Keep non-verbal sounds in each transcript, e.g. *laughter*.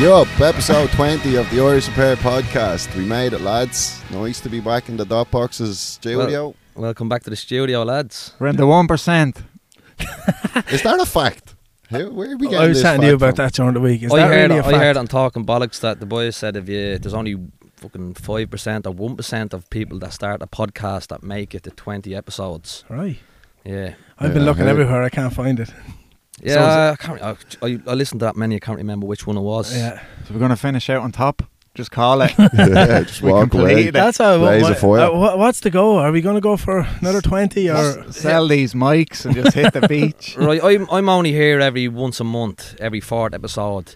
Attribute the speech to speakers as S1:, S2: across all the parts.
S1: Yo, up, episode 20 of the Irish Repair Podcast. We made it, lads. Nice to be back in the Dot Boxes studio.
S2: Welcome back to the studio, lads.
S3: We're in the one percent.
S1: Is that a fact? How, where are we getting
S4: I was
S1: this
S4: chatting to you
S1: fact
S4: about
S1: from?
S4: that during the week. Is
S2: I
S4: that
S2: heard,
S4: really a fact?
S2: I heard on talking bollocks that the boys said if you there's only fucking five percent or one percent of people that start a podcast that make it to twenty episodes.
S4: Right.
S2: Yeah,
S4: I've
S1: Yeah,
S4: been
S1: I
S4: looking
S1: heard.
S4: everywhere. I can't find it.
S2: yeah. I, can't, I, I- I listened to that many. I can't remember which one it was.
S4: Yeah.
S3: So we're gonna finish out on top. Just call it.
S1: *laughs* yeah,
S4: *laughs*
S1: just
S3: We
S1: walk away.
S3: completed it.
S4: That's how.
S1: Oh, Blaze of fire.
S4: uh, wha- what's the goal? Are we going to go for another twenty or?
S3: Just sell these mics and just hit
S4: *laughs*
S3: the beach.
S2: *laughs* Right. I'm I'm only here every once a month, every fourth episode.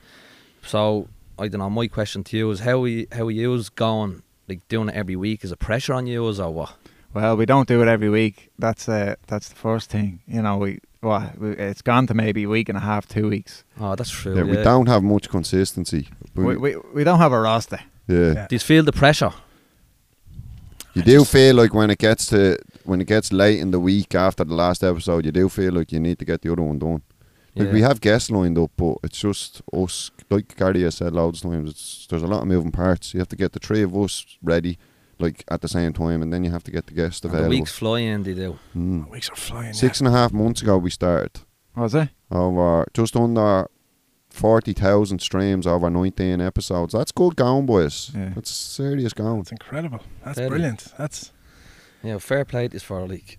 S2: So I don't know. My question to you is how are you, how are yous going? Like doing it every week is a pressure on you or what?
S3: Well, we don't do it every week. That's uh, that's the first thing. You know, we well, we, it's gone to maybe a week and a half, two weeks.
S2: Oh, that's true.
S1: Yeah, we
S2: yeah.
S1: don't have much consistency. We-
S3: We, we, we don't have a roster.
S1: yeah.
S4: Yeah.
S2: Do you feel the pressure?
S1: You do feel like when it gets to when it gets late in the week after the last episode, er you do feel like you need to get the other one done. Like
S2: Yeah.
S1: we have guests lined up, but it's just us. Like Gary has said loads of times, it's, there's a lot of moving parts. You have to get the three of us ready, like at the same time, and then you have to get the guests
S2: And the
S1: available.
S2: weeks flying, they do.
S1: Mm.
S4: Weeks are flying.
S1: Six and a half months ago, we started
S3: Was it?
S1: over just under forty thousand streams over nineteen episodes. That's good going, boys.
S3: Yeah.
S1: That's serious
S4: Yeah.
S1: going.
S4: It's incredible. That's
S2: Really?
S4: brilliant. That's
S2: Yeah, fair play is for like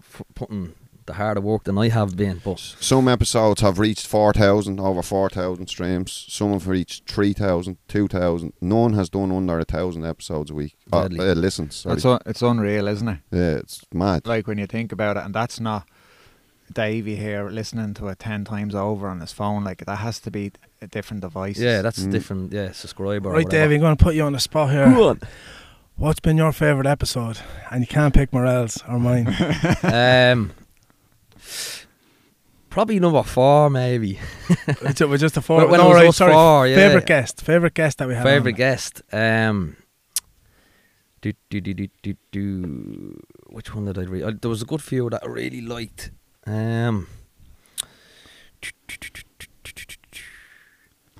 S2: f- putting the harder work than I have been, but
S1: Some episodes have reached 4,000, over 4,000 streams. Some have reached 3,000, 2,000. None has done under 1,000 episodes a week. Uh,
S2: Deadly.
S1: uh, listens, sorry.
S3: It's un- it's unreal, isn't it?
S1: yeah, it's mad.
S3: Like when you think about it, and that's not Davey here listening to it ten times over on his phone. Like that has to be a different device.
S2: yeah, that's
S1: Mm.
S2: different. Yeah, subscriber. or
S4: right,
S2: whatever.
S4: Dave. I'm going to put you on the spot here. What's been your favorite episode? And you can't pick Morel's
S3: *laughs*
S4: or mine.
S2: *laughs* um, probably number four, maybe.
S4: It's- it was just a four.
S2: When- when
S4: no,
S2: it was
S4: right,
S2: us
S4: sorry.
S2: four, yeah.
S4: Favorite guest. Favorite guest that we had.
S2: Favorite
S4: on.
S2: guest. Um, do, do, do, do, do, do. Which one did I read? Uh, there was a good few that I really liked. Um,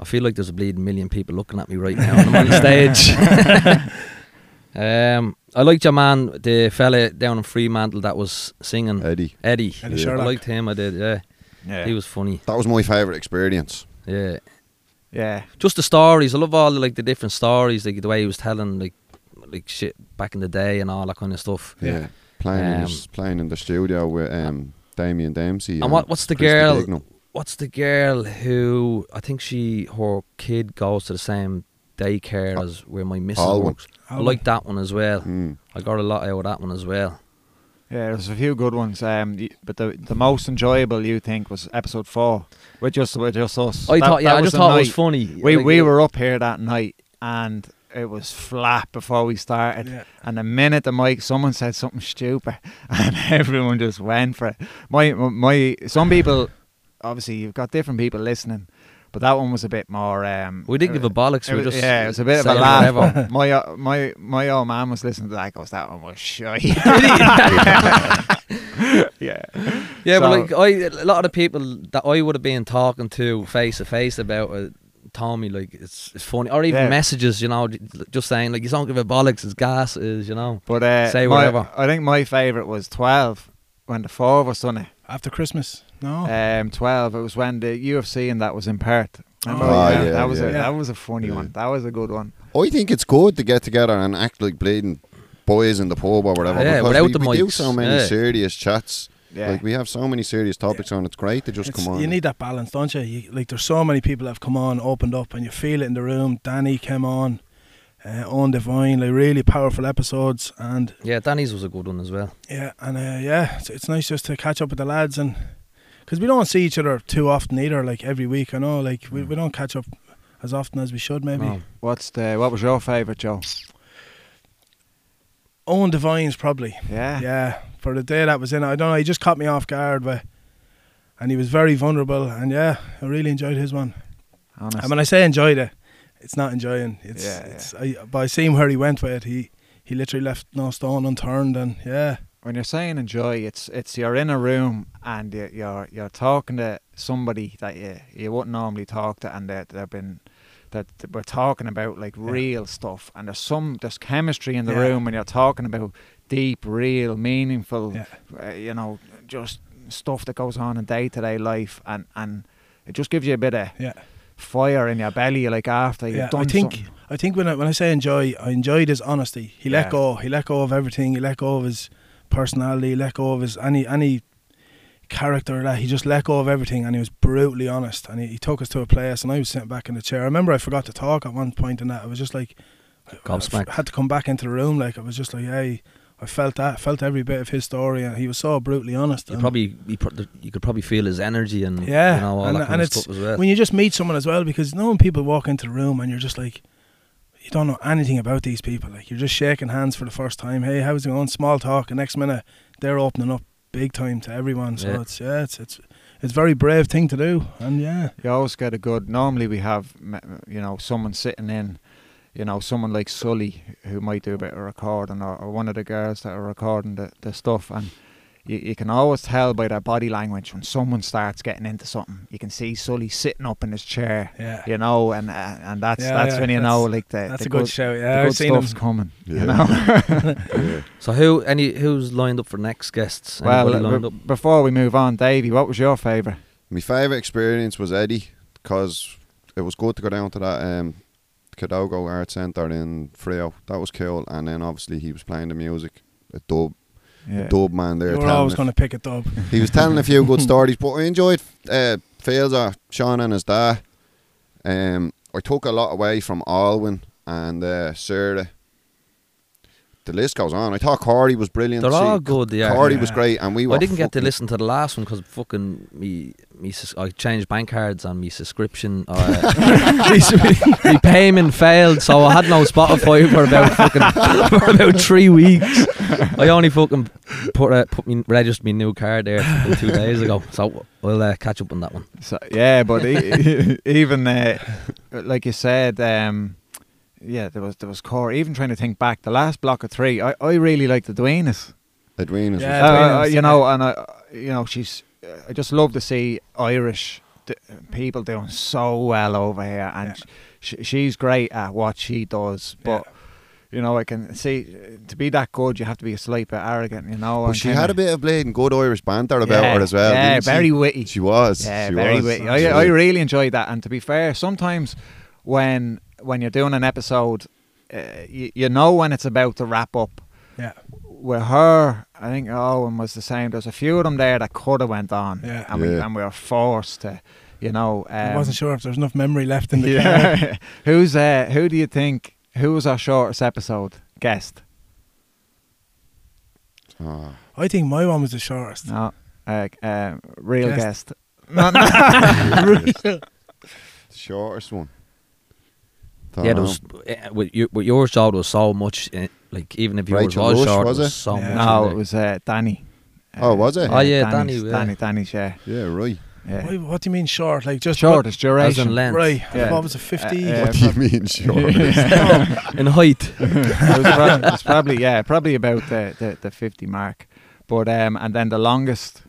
S2: I feel like there's a bleeding million people looking at me right now. and I'm on stage.
S4: *laughs*
S2: um, I liked your man, the fella down in Fremantle that was singing
S1: Eddie.
S2: Eddie.
S1: Yeah.
S4: Eddie
S2: I
S4: Sherlock.
S2: liked him. I did. Yeah,
S3: yeah,
S2: he was funny.
S1: That was my favourite experience.
S2: Yeah,
S3: yeah.
S2: just the stories. I love all the, like the different stories, like the way he was telling like like shit back in the day and all that kind of stuff.
S4: Yeah.
S1: Playing, in the,
S2: Um,
S1: s- playing in the studio with um, Damien Dempsey.
S2: And what, what's the
S1: Christy
S2: girl?
S1: Bignall.
S2: What's the girl who I think she her kid goes to the same daycare as where my missus
S1: Alwyn.
S2: works. I
S4: Alwyn.
S2: like that one as well.
S1: Mm.
S2: I got a lot out of that one as well.
S3: Yeah, there's a few good ones. Um, y- but the the most enjoyable you think was episode four, with just with just us.
S2: I
S3: That-
S2: thought, yeah,
S3: that
S2: I
S3: was
S2: just
S3: the
S2: thought it was
S3: night.
S2: funny.
S3: We
S2: Like,
S3: we
S2: it- *laughs*
S1: *laughs*
S3: were up here that night and it was flat before we started.
S4: Yeah.
S3: And the minute the mic, someone said something stupid, *laughs* and everyone just went for it. My my some people, obviously you've got different people listening, but that one was a bit more. Um,
S2: we didn't give a bollocks.
S3: it
S2: We were
S3: was-
S2: just
S3: yeah, it was a bit of a
S2: saying
S3: laugh.
S2: whatever.
S3: but *laughs* My uh, my my old man was listening to that. Goes that one was shy. *laughs* yeah.
S2: Yeah,
S3: So-
S2: but like I, a lot of the people that I would have been talking to face to face about it told me like it's it's funny, or even
S3: Yeah.
S2: messages, you know, j- just saying like you don't give a bollocks, it's gas, is you know.
S3: But uh,
S2: Say
S3: my-
S2: whatever.
S3: I think my favourite was twelve when the four of us done it.
S4: After Christmas. No.
S1: Oh.
S3: Um, twelve. It was when the UFC and that was in Perth. Remember?
S4: Oh,
S3: yeah,
S4: yeah,
S3: that was
S1: yeah.
S3: a that was a funny
S1: Yeah.
S3: one. That was a good one.
S1: I think it's good to get together and act like bleeding boys in the pub or whatever.
S2: Yeah,
S1: because
S2: without
S1: we,
S2: the
S1: we do
S2: mics,
S1: so many
S2: yeah.
S1: serious chats.
S3: Yeah.
S1: Like we have so many serious topics on. It's great to just
S4: It's-
S1: come on.
S4: You need that balance, don't you? you? Like there's so many people that have come on, opened up, and you feel it in the room. Danny came on, uh, on Divine, like really powerful episodes, and
S2: Yeah, Danny's was a good one as well.
S4: yeah, and uh, yeah, it's, it's nice just to catch up with the lads and because we don't see each other too often either. Like every week, I know, like we, we don't catch up as often as we should maybe.
S2: No.
S3: What's the what was your favourite, Joe?
S4: Owen Divine's probably
S3: Yeah.
S4: yeah for the day that was in. it, I don't know. He just caught me off guard, but and he was very vulnerable, and yeah, I really enjoyed his one.
S3: Honest.
S4: And when I say enjoyed it, it's not enjoying. It's,
S3: Yeah,
S4: it's I, but I seen where he went with it. He he literally left no stone unturned, and yeah,
S3: when you're saying enjoy, it's it's you're in a room and you're you're, you're talking to somebody that you you wouldn't normally talk to, and they they've been that th- we're talking about like
S4: Yeah.
S3: real stuff, and there's some there's chemistry in the
S4: Yeah.
S3: room when you're talking about deep, real, meaningful,
S4: Yeah.
S3: uh, you know, just stuff that goes on in day to day life, and and it just gives you a bit of
S4: Yeah.
S3: fire in your belly, like after you've
S4: Yeah,
S3: done
S4: I think
S3: something.
S4: I think when I, when I say enjoy, I enjoyed his honesty. He
S3: Yeah.
S4: let go. He let go of everything. He let go of his personality. He let go of his any any character that he just let go of everything, and he was brutally honest. And he, he took us to a place, and I was sitting back in the chair. I remember I forgot to talk at one point, and that I was just like, I-
S2: Gobsmacked.
S4: I had to come back into the room. Like I was just like, hey, I felt that, I felt every bit of his story, and he was so brutally honest.
S2: You
S4: and-
S2: probably you, pro- you could probably feel his energy and
S4: Um, Yeah,
S2: you know all
S4: and-
S2: that kind
S4: and
S2: of
S4: it's-
S2: stuff as well.
S4: when you just meet someone as well because knowing people walk into the room and you're just like you don't know anything about these people like you're just shaking hands for the first time hey how's it going small talk and next minute they're opening up big time to everyone so
S2: Yeah.
S4: it's yeah it's it's it's a very brave thing to do and yeah
S3: You always get a good. Normally, we have me- you know someone sitting in, you know someone like Sully who might do a bit of recording, or, or one of the girls that are recording the, the stuff, and you, you can always tell by their body language when someone starts getting into something. You can see Sully sitting up in his chair,
S4: yeah
S3: you know, and uh, and that's
S4: Yeah,
S3: that's
S4: yeah,
S3: when you know like the
S4: that's
S3: the
S4: a good,
S3: good,
S4: show.
S3: the
S4: shout yeah
S3: good
S4: I've seen him
S3: stuff's coming,
S1: Yeah.
S3: you
S2: *laughs*
S3: know.
S1: yeah.
S2: so who any who's lined up for next guests? Anybody
S4: uh,
S3: well, uh,
S2: lined
S3: b-
S2: up?
S3: before we move on, Davey, what was your favourite?
S1: My favourite experience was Eddie because it was good to go down to that um, Cadogo Art Centre in Frio. That was cool. And then obviously he was playing the music, a dub,
S3: Yeah.
S1: dub man there.
S4: you're
S1: telling
S4: always
S1: a-
S4: going to pick it up
S1: he was telling a few good
S4: *laughs*
S1: stories, but I enjoyed uh, Fields or Sean and his dad. Um, I took a lot away from Alwyn and uh, Sarah. The list goes on. I thought Corey was brilliant.
S2: They're
S1: See,
S2: all good. They are.
S1: Corey
S4: yeah.
S1: was great, and we were.
S2: I didn't get to
S1: fucking-
S2: listen to the last one because fucking me, me, sus- I changed bank cards and me subscription, uh,
S1: *laughs*
S2: *laughs* me payment failed, so I had no Spotify *laughs* for about fucking *laughs* for about three weeks. I only fucking put uh, put me registered me new card there fucking two days ago, so we'll uh, catch up on that one.
S3: So yeah, but e- *laughs* even uh, like you said, um, yeah, there was there was core. Even trying to think back, the last block of three, I, I really liked the Duanas.
S1: Edwina's was-
S4: Yeah,
S3: Uh, uh,
S4: Duanas,
S3: you know, and I, you know, she's. I just love to see Irish d- people doing so well over here, and
S4: Yeah.
S3: sh- she's great at what she does. But you know, I can see uh, to be that good, you have to be a slight bit arrogant. You know,
S1: But
S3: and
S1: she
S3: kinda-
S1: had a bit of bleeding good Irish banter about
S3: Yeah,
S1: her as well.
S3: Yeah,
S1: didn't she?
S3: very witty.
S1: She was.
S3: Yeah,
S1: she
S3: very
S1: was.
S3: witty.
S1: She
S3: I, I
S1: was.
S3: really enjoyed that. And to be fair, sometimes when when you're doing an episode, uh, you, you know when it's about to wrap up.
S4: yeah
S3: With her, I think Owen was the same. There's a few of them there that could have went on,
S4: Yeah.
S3: and we
S1: Yeah.
S3: and we were forced to, you know. Um,
S4: I wasn't sure if there was enough memory left in the yeah.
S3: *laughs* Yeah. Who's uh, who do you think? Who was our shortest episode guest?
S1: Ah.
S4: I think my one was the shortest
S3: No, uh, uh, real
S4: Guest.
S3: guest.
S4: *laughs*
S3: No,
S1: the shortest one. Don't
S2: yeah,
S1: know.
S2: there was, eh, with, you, with yours, Joe, there was so much. eh, like even if you
S1: Rachel
S2: was
S1: Rush,
S2: all short,
S1: was
S2: there was
S1: it?
S2: so
S4: Yeah.
S2: much.
S3: no,
S2: in
S3: it
S2: there.
S3: was uh, Danny. Uh,
S1: Oh, was it?
S2: Oh, yeah,
S3: Danny's-
S2: Danny, yeah.
S3: Danny, Danny's, yeah.
S1: Yeah, right.
S3: Yeah.
S4: Why- what do you mean short like just
S3: Short
S2: as
S3: is
S2: in
S3: duration.
S2: length,
S4: right
S3: Yeah.
S4: what was it 50
S3: Uh, uh,
S1: What do *laughs* you mean short?
S2: in height.
S3: it was prob- it's probably yeah, probably about the, the, the fifty mark. But um, and then the longest.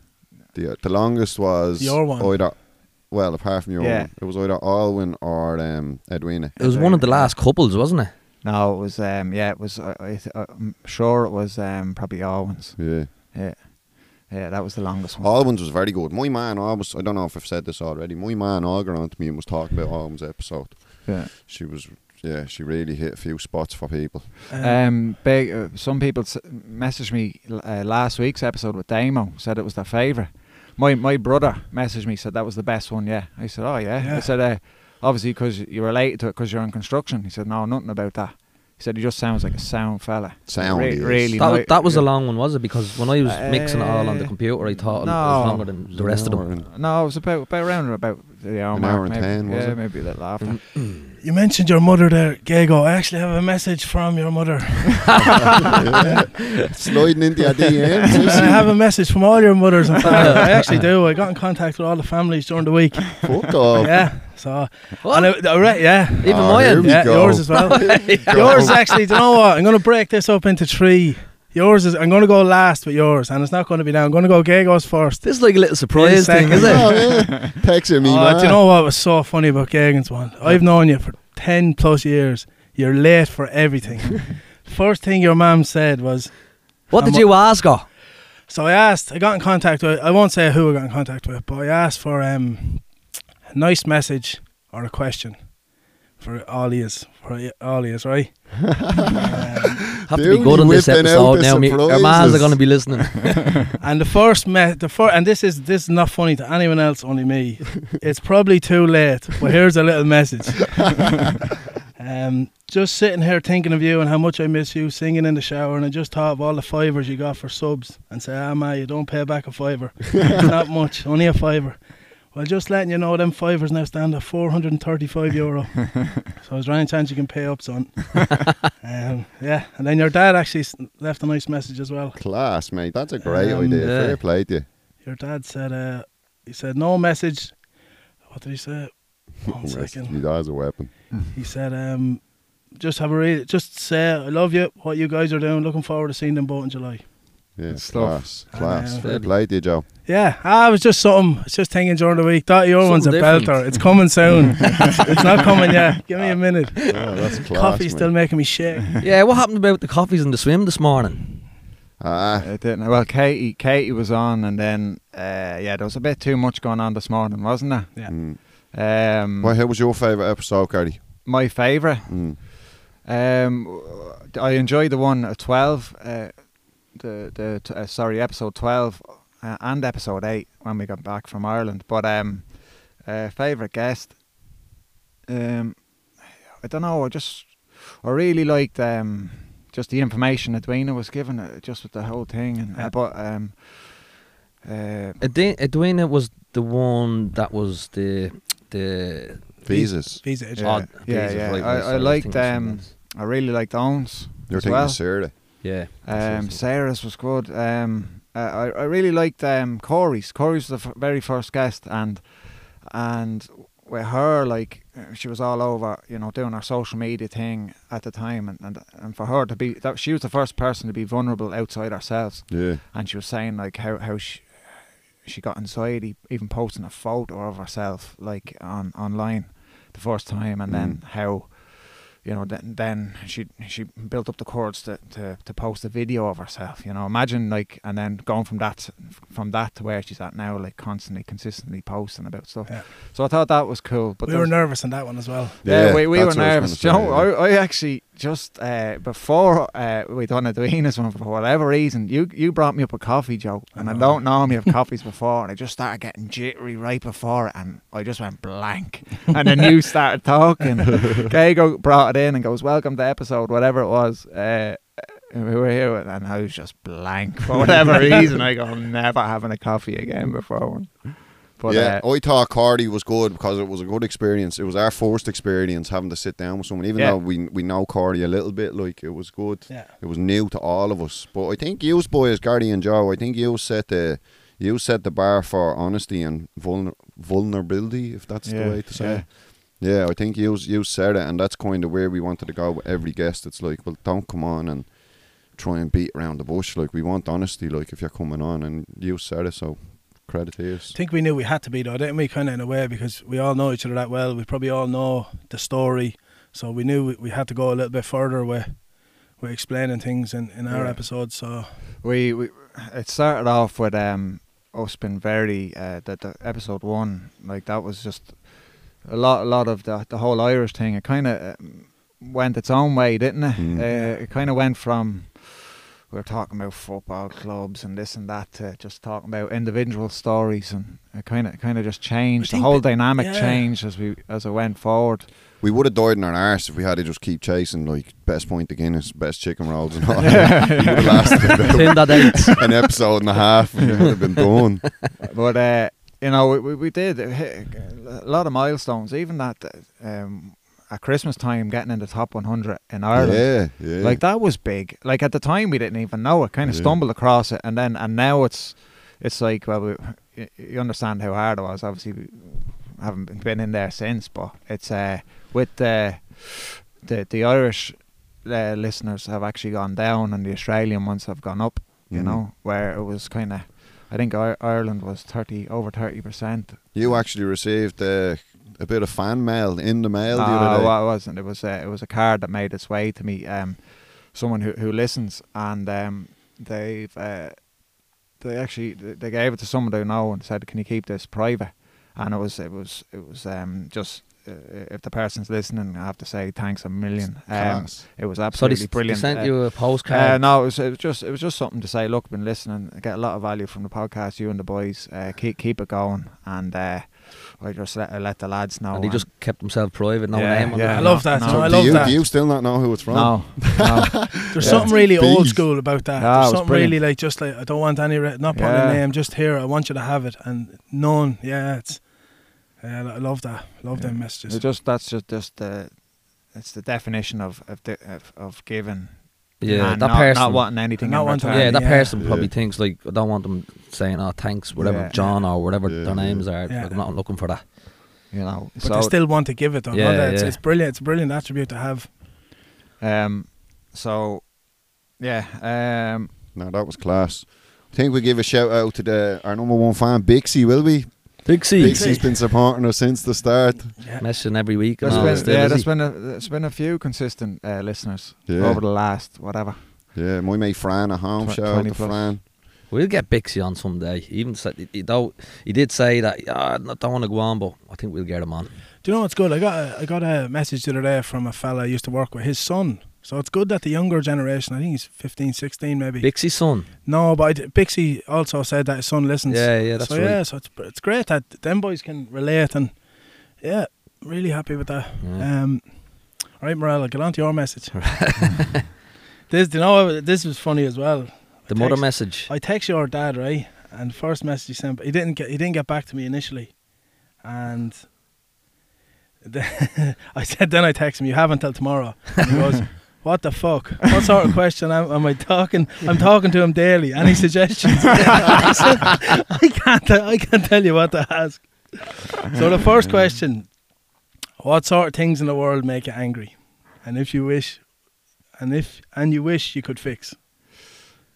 S1: The, the longest was
S4: Your one.
S1: Either, well, apart from your
S3: Yeah.
S1: one, it was either Alwyn or um, Edwina.
S2: It was one of the last couples, wasn't it?
S3: No, it was um, yeah, it was. Uh, I th- uh, I'm sure it was um, probably Owens.
S1: Yeah,
S3: Yeah, yeah, that was the longest one.
S1: Alwyn's was very good. My man, always I don't know if I've said this already. My man, Auger on to me and was talking about Alwyn's episode.
S3: Yeah.
S1: She was, yeah, she really hit a few spots for people.
S3: Um, big, uh, some people s- messaged me l- uh, last week's episode with Damo said it was their favourite. My my brother messaged me said that was the best one. Yeah, I said, oh yeah. I
S4: Yeah.
S3: said, uh, obviously because you're related to it because you're in construction. He said, no, nothing about that. He said he just sounds like a sound fella.
S1: Sound
S3: Re-
S1: he is.
S3: really.
S2: That,
S3: ni-
S2: wa- that was a long one, was it? Because when I was
S3: Uh,
S2: mixing it all on the computer, I thought it
S3: no.
S2: was longer than the rest of them.
S3: No, it was about about around about the hour
S1: An
S3: mark,
S1: hour and
S3: maybe.
S1: 10, was
S3: yeah,
S1: it? Mm.
S3: maybe a little after.
S4: You mentioned your mother there, Gago. I actually have a message from your mother.
S1: Yeah. Sliding into your DMs.
S4: *laughs* I have a message from all your mothers and
S1: *laughs*
S4: fathers. I actually do. I got in contact with all the families during the week.
S1: Fuck off.
S4: Yeah. So, and I, I re- yeah.
S2: Even
S1: Oh, *laughs*
S2: mine.
S1: here we
S4: Yeah,
S1: go.
S4: yours as well. yours actually, do you know what? I'm going to break this up into three. Yours is, I'm going to go last with yours, and it's not going to be now. I'm going to go Gago's first.
S2: This is like a little surprise
S4: Wait a
S2: thing, is
S4: second.
S2: it?
S1: Oh, yeah. Text him, me,
S4: Oh,
S1: man.
S4: do you know what was so funny about Gagan's one? I've known you for ten plus years. You're late for everything.
S1: *laughs*
S4: First thing your mum said was,
S2: What did
S4: I'm-
S2: you ask oh? her?
S4: so I asked, I got in contact with, I won't say who I got in contact with, but I asked for um, a nice message or a question for all ears, for all ears, right? um,
S2: Have
S1: They
S2: to be
S1: only
S2: good on this
S1: whipping out
S2: episode
S1: the
S2: now. Me, our mans are
S1: surprises.
S2: going to
S1: *laughs*
S2: be listening.
S4: *laughs* and the first, me- the fir- and this is this is not funny to anyone else, only me. it's probably too late, but here's a little message. um, just sitting here thinking of you and how much I miss you, singing in the shower, and I just thought of all the fivers you got for subs, and say, ah, ma, you don't pay back a fiver. It's not much, only a fiver. Well, just letting you know, them fivers now stand at 435 euro. so is there any chance you can pay up, son? um, yeah, and then your dad actually s- left a nice message as well.
S1: Class, mate. That's a great
S4: Um,
S1: idea.
S2: yeah.
S1: Fair play to you.
S4: Your dad said, uh, he said, no message. What did
S1: *laughs*
S4: he say? One second.
S1: He dies a weapon.
S4: He said, um, just have a read. Just say, I love you, what you guys are doing. Looking forward to seeing them both in July.
S1: Yeah,
S3: Good stuff.
S1: class, class.
S4: Um,
S1: Fair play to you, Joe.
S4: Yeah, ah, it was just something. It's just thinking during the week. That your one's a
S2: Something different.
S4: belter. It's
S1: *laughs*
S4: coming soon. it's, it's not coming yet. Give me a minute.
S1: Oh, that's *laughs* class.
S4: Coffee's
S1: mate.
S4: still making
S1: *laughs*
S4: me shake.
S2: yeah, what happened about the coffees and the swim this morning?
S1: Ah,
S3: It didn't. Well, Katie, Katie was on, and then uh, yeah, there was a bit too much going on this morning, wasn't there?
S4: Yeah.
S1: mm.
S3: Um,
S1: Well, who was your favourite episode, Cody?
S3: my favourite.
S1: Mm.
S3: Um, I enjoyed the one at twelve. Uh, the the t- uh, sorry, episode twelve uh, and episode eight when we got back from Ireland. But um, uh, favorite guest. Um, I don't know. I just I really liked um just the information Edwina was given, uh, just with the whole thing. And uh,
S4: Yeah.
S3: but um, uh,
S2: Ede- Edwina was the one that was the the
S1: Visas.
S4: Visa agent.
S3: Yeah.
S2: odd piece of
S3: yeah.
S2: right
S3: I-
S2: list,
S3: I
S2: think
S3: liked,
S2: that's what it
S3: um,
S2: was.
S3: I really liked Owens.
S1: You're
S3: as
S1: taking
S3: well.
S1: a Saturday.
S2: yeah.
S3: Um,
S2: Seriously.
S3: Sarah's was good. Um, uh, I I really liked um Corey's. Corey's was the f- very first guest, and and with her like uh, she was all over, you know, doing her social media thing at the time, and and, and for her to be that she was the first person to be vulnerable outside ourselves,
S1: Yeah.
S3: and she was saying like how how she. She got anxiety even posting a photo of herself like on online the first time, and then
S1: Mm.
S3: how you know, then, then she she built up the courage to, to, to post a video of herself. You know, imagine like, and then going from that from that to where she's at now, like constantly, consistently posting about stuff.
S4: Yeah.
S3: So I thought that was cool. But
S4: we
S3: there
S4: were
S3: was-
S4: nervous in that one as well.
S3: yeah, we, we were
S1: that's what I was
S3: nervous.
S1: gonna
S3: Joe,
S1: say, yeah.
S3: I, I actually just uh, before uh, we done a Duenas one for whatever reason, you you brought me up a coffee, Joe, and I
S1: Oh.
S4: know.
S3: don't normally
S1: *laughs*
S3: have coffees before, and I just started getting jittery right before it, and I just
S1: *laughs*
S3: went blank, and then you started talking. Gago brought it in and goes, "Welcome to episode whatever it was." Uh, we were here, and I was just blank
S1: *laughs*
S3: for whatever reason. I go, "I'm never having a coffee again before one." But
S1: yeah, oh,
S3: uh,
S1: I thought Cardi was good because it was a good experience. It was our first experience having to sit down with someone, even
S3: Yeah.
S1: though we we know Cardi a little bit. Like it was good.
S4: Yeah.
S1: It was new to all of us. But I think you boys, Cardi and Joe, I think you set the you set the bar for honesty and vulner- vulnerability, if that's
S3: Yeah,
S1: the way to say
S3: yeah.
S1: it. Yeah, I think you you said it, and that's kind of where we wanted to go with every guest. It's like, well, don't come on and try and beat around the bush. Like we want honesty. Like if you're coming on, and you said it, so credit to you.
S4: I think we knew we had to be though, didn't we? Kind of in a way because we all know each other that well. We probably all know the story, so we knew we, we had to go a little bit further with with explaining things in, in our
S3: Yeah.
S4: episodes. So
S3: we, we it started off with um us being very uh that the episode one like that was just a lot a lot of the the whole Irish thing it kind of went its own way didn't it
S1: Mm.
S3: uh, it kind of went from we were talking about football clubs and this and that to just talking about individual stories and it kind of kind of just changed the
S4: think
S3: whole
S4: that-
S3: dynamic
S4: yeah.
S3: changed as we as it went forward
S1: We would have died in our arse if we had to just keep chasing like best point to Guinness, best chicken rolls, and all. *laughs* that. we would have lasted about
S2: Tinder dates.
S3: *laughs*
S1: an episode and a half, and it would have been done.
S3: but uh, you know, we, we, we did uh, hit a lot of milestones. Even that uh, um, at Christmas time, getting in the top 100 in *laughs* Ireland,
S1: Yeah, yeah.
S3: like that was big. Like at the time, we didn't even know it. Kind of
S1: Yeah.
S3: stumbled across it, and then and now it's it's like well, we, y- you understand how hard it was. Obviously, we haven't been- been in there since, but it's uh, with the the the Irish. Uh, listeners have actually gone down, and the Australian ones have gone up you
S1: Mhm.
S3: know, where it was kind of, I think Ir- Ireland was 30, over 30%.
S1: You actually received uh, a bit of fan mail in the mail the
S3: Ah,
S1: other day.
S3: well, it wasn't. It was a, it was a card that made its way to me. Um, someone who, who listens, and um, they've uh, they actually th- they gave it to someone they know and said, "Can you keep this private?" And it was it was it was um, just uh, if the person's listening, I have to say thanks a million. Um,
S1: Class.
S3: it was
S2: So they,
S3: absolutely
S2: s-
S3: brilliant.
S2: they sent
S3: Uh,
S2: you a
S3: uh,
S2: postcard.
S3: no, it was, it was just it was just something to say. Look, been listening, I get a lot of value from the podcast. You and the boys, uh, keep keep it going, and uh, I just let, I let the lads know.
S2: and he just kept himself private, no
S3: Yeah,
S2: name on
S3: yeah.
S4: I
S2: it.
S4: love
S3: no,
S4: that.
S3: no.
S4: No,
S1: So
S4: I
S1: do
S4: love
S1: you
S4: that.
S1: do you still not know who it's from?
S3: no, no.
S4: There's
S3: Yeah.
S4: something really old
S1: Bees.
S4: school about that.
S3: Ah,
S4: There's
S3: it's
S4: something
S3: brilliant.
S4: really like just like I don't want any re- not putting
S3: Yeah.
S4: a name, just here. I want you to have it, and none. Yeah, it's. Yeah, I love that. Love
S3: Yeah.
S4: them
S3: It's
S4: messages.
S3: just that's just just the it's the definition of of the, of, of giving.
S2: Yeah,
S3: and
S2: that
S3: not,
S2: person.
S3: not wanting anything.
S4: Not
S3: in
S4: wanting
S3: return.
S2: yeah, that
S4: Yeah.
S2: person probably
S1: Yeah.
S2: thinks like I don't want them saying, "Oh, thanks," whatever
S3: Yeah.
S2: John or whatever
S1: Yeah,
S2: their
S1: yeah.
S2: names are.
S4: Yeah.
S2: Like, I'm not looking for that.
S3: you know.
S4: But
S3: so
S4: they still want to give it. Though,
S2: Yeah,
S4: yeah, it's,
S2: yeah.
S4: it's brilliant. It's a brilliant attribute to have.
S3: um, so yeah, um,
S1: No, that was class. I think we give a shout out to the our number one fan, Bixie, will we? Bixie's been supporting us since the start.
S4: Yeah.
S2: Messaging every week. And
S3: there's
S2: all
S3: been,
S2: that still,
S3: yeah,
S2: is
S3: there's
S2: he?
S3: been a there's been a few consistent uh, listeners
S1: Yeah.
S3: over the last whatever.
S1: Yeah, my mate Fran at home.
S3: Tw-
S1: shout out
S3: 20
S1: to
S3: plus.
S1: Fran.
S2: We'll get Bixie on someday. He even said he, he, though, he did say that "Ah, I don't want to go on, but I think we'll get him on.
S4: Do you know what's good? I got a, I got a message the other day from a fella I used to work with. His son. So it's good that the younger generation. I think he's 15, 16 maybe.
S2: Bixie's son.
S4: no, but I d- Bixie also said that his son listens.
S2: Yeah, yeah, that's
S4: so
S2: right.
S4: yeah, so it's it's great that them boys can relate and yeah, really happy with that.
S2: Yeah.
S4: Um, all right, Morel, I'll get on to
S2: *laughs*
S4: your message. this, do you know, this was funny as well.
S2: the mother
S4: text-
S2: message.
S4: I text your dad, right? And the first message he sent, he didn't get, he didn't get back to me initially, and the- I said, then *laughs* I text him, you have until tomorrow. And he goes, *laughs* what the fuck? What sort of question am, am I talking? I'm talking to him daily. Any suggestions? *laughs* I, said, I can't, I can't tell you what to ask. So the first question, what sort of things in the world make you angry? And if you wish, and if and you wish you could fix.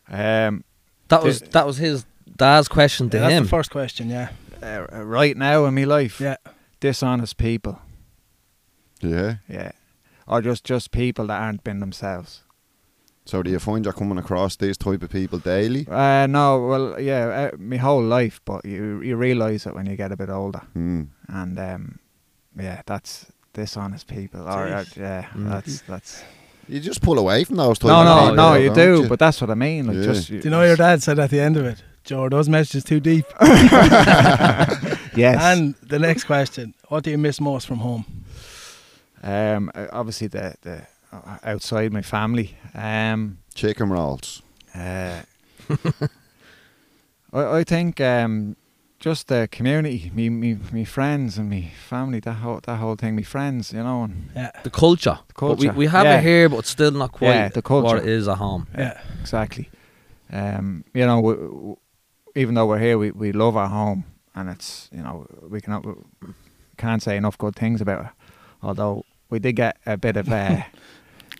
S3: Um,
S2: that was that was his dad's question to
S4: Yeah, that's
S2: him.
S4: the first question. Yeah,
S3: uh, right now in my life,
S4: yeah.
S3: dishonest people.
S1: Yeah.
S3: Yeah, or just just people that aren't been themselves.
S1: So do you find you're coming across these type of people daily?
S3: Uh, no, well, yeah, uh, my whole life, but you you realise it when you get a bit older,
S1: Hmm.
S3: and um, yeah, that's dishonest people. Or, uh,
S4: Jeez.
S3: yeah,
S2: Mm.
S3: that's that's.
S1: You just pull away from those type
S3: No,
S1: of
S3: no,
S1: people,
S3: no,
S1: though,
S3: you
S1: don't
S3: do, but that's what I mean. Like,
S1: Yeah.
S3: just
S4: Do you know your dad said at the end of it? Joe, those messages too deep.
S3: Yes,
S4: And the next question: What do you miss most from home?
S3: um, uh, obviously the the uh, outside my family. Um,
S1: Chicken rolls.
S3: uh, *laughs* I I think um, just the community, me me me friends and me family. That whole that whole thing, me friends, you know, and
S4: Yeah,
S2: the culture.
S3: The
S2: But we,
S3: culture,
S2: we have
S3: yeah.
S2: it here, but it's still not quite
S3: Yeah, the culture.
S2: what it is at home.
S4: yeah,
S3: Exactly. Um, you know, we, we, even though we're here, we, we love our home, and it's you know we cannot we can't say enough good things about it. Although we did get a bit
S2: *laughs*
S3: of uh,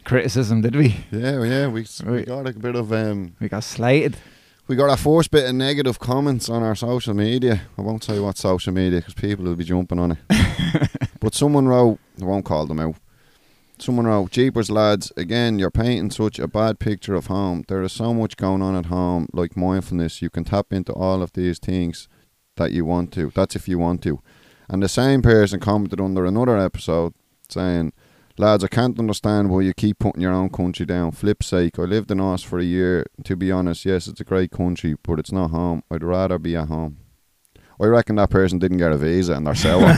S3: criticism, did we?
S1: Yeah, yeah. We, s- we
S3: Right.
S1: got a bit of um,
S3: We got slated.
S1: we got a force bit of negative comments on our social media. I won't tell you what social media because people will be jumping on it.
S3: *laughs*
S1: but someone wrote, I won't call them out. Someone wrote, "Jeepers lads, again, you're painting such a bad picture of home. There is so much going on at home, like mindfulness. You can tap into all of these things that you want to. That's if you want to." And the same person commented under another episode saying, Lads, I can't understand why you keep putting your own country down. Flip sake, I lived in Oz for a year. To be honest, yes, it's a great country, but it's not home. I'd rather be at home. I reckon that person didn't get a visa and they're
S2: *laughs*
S1: selling.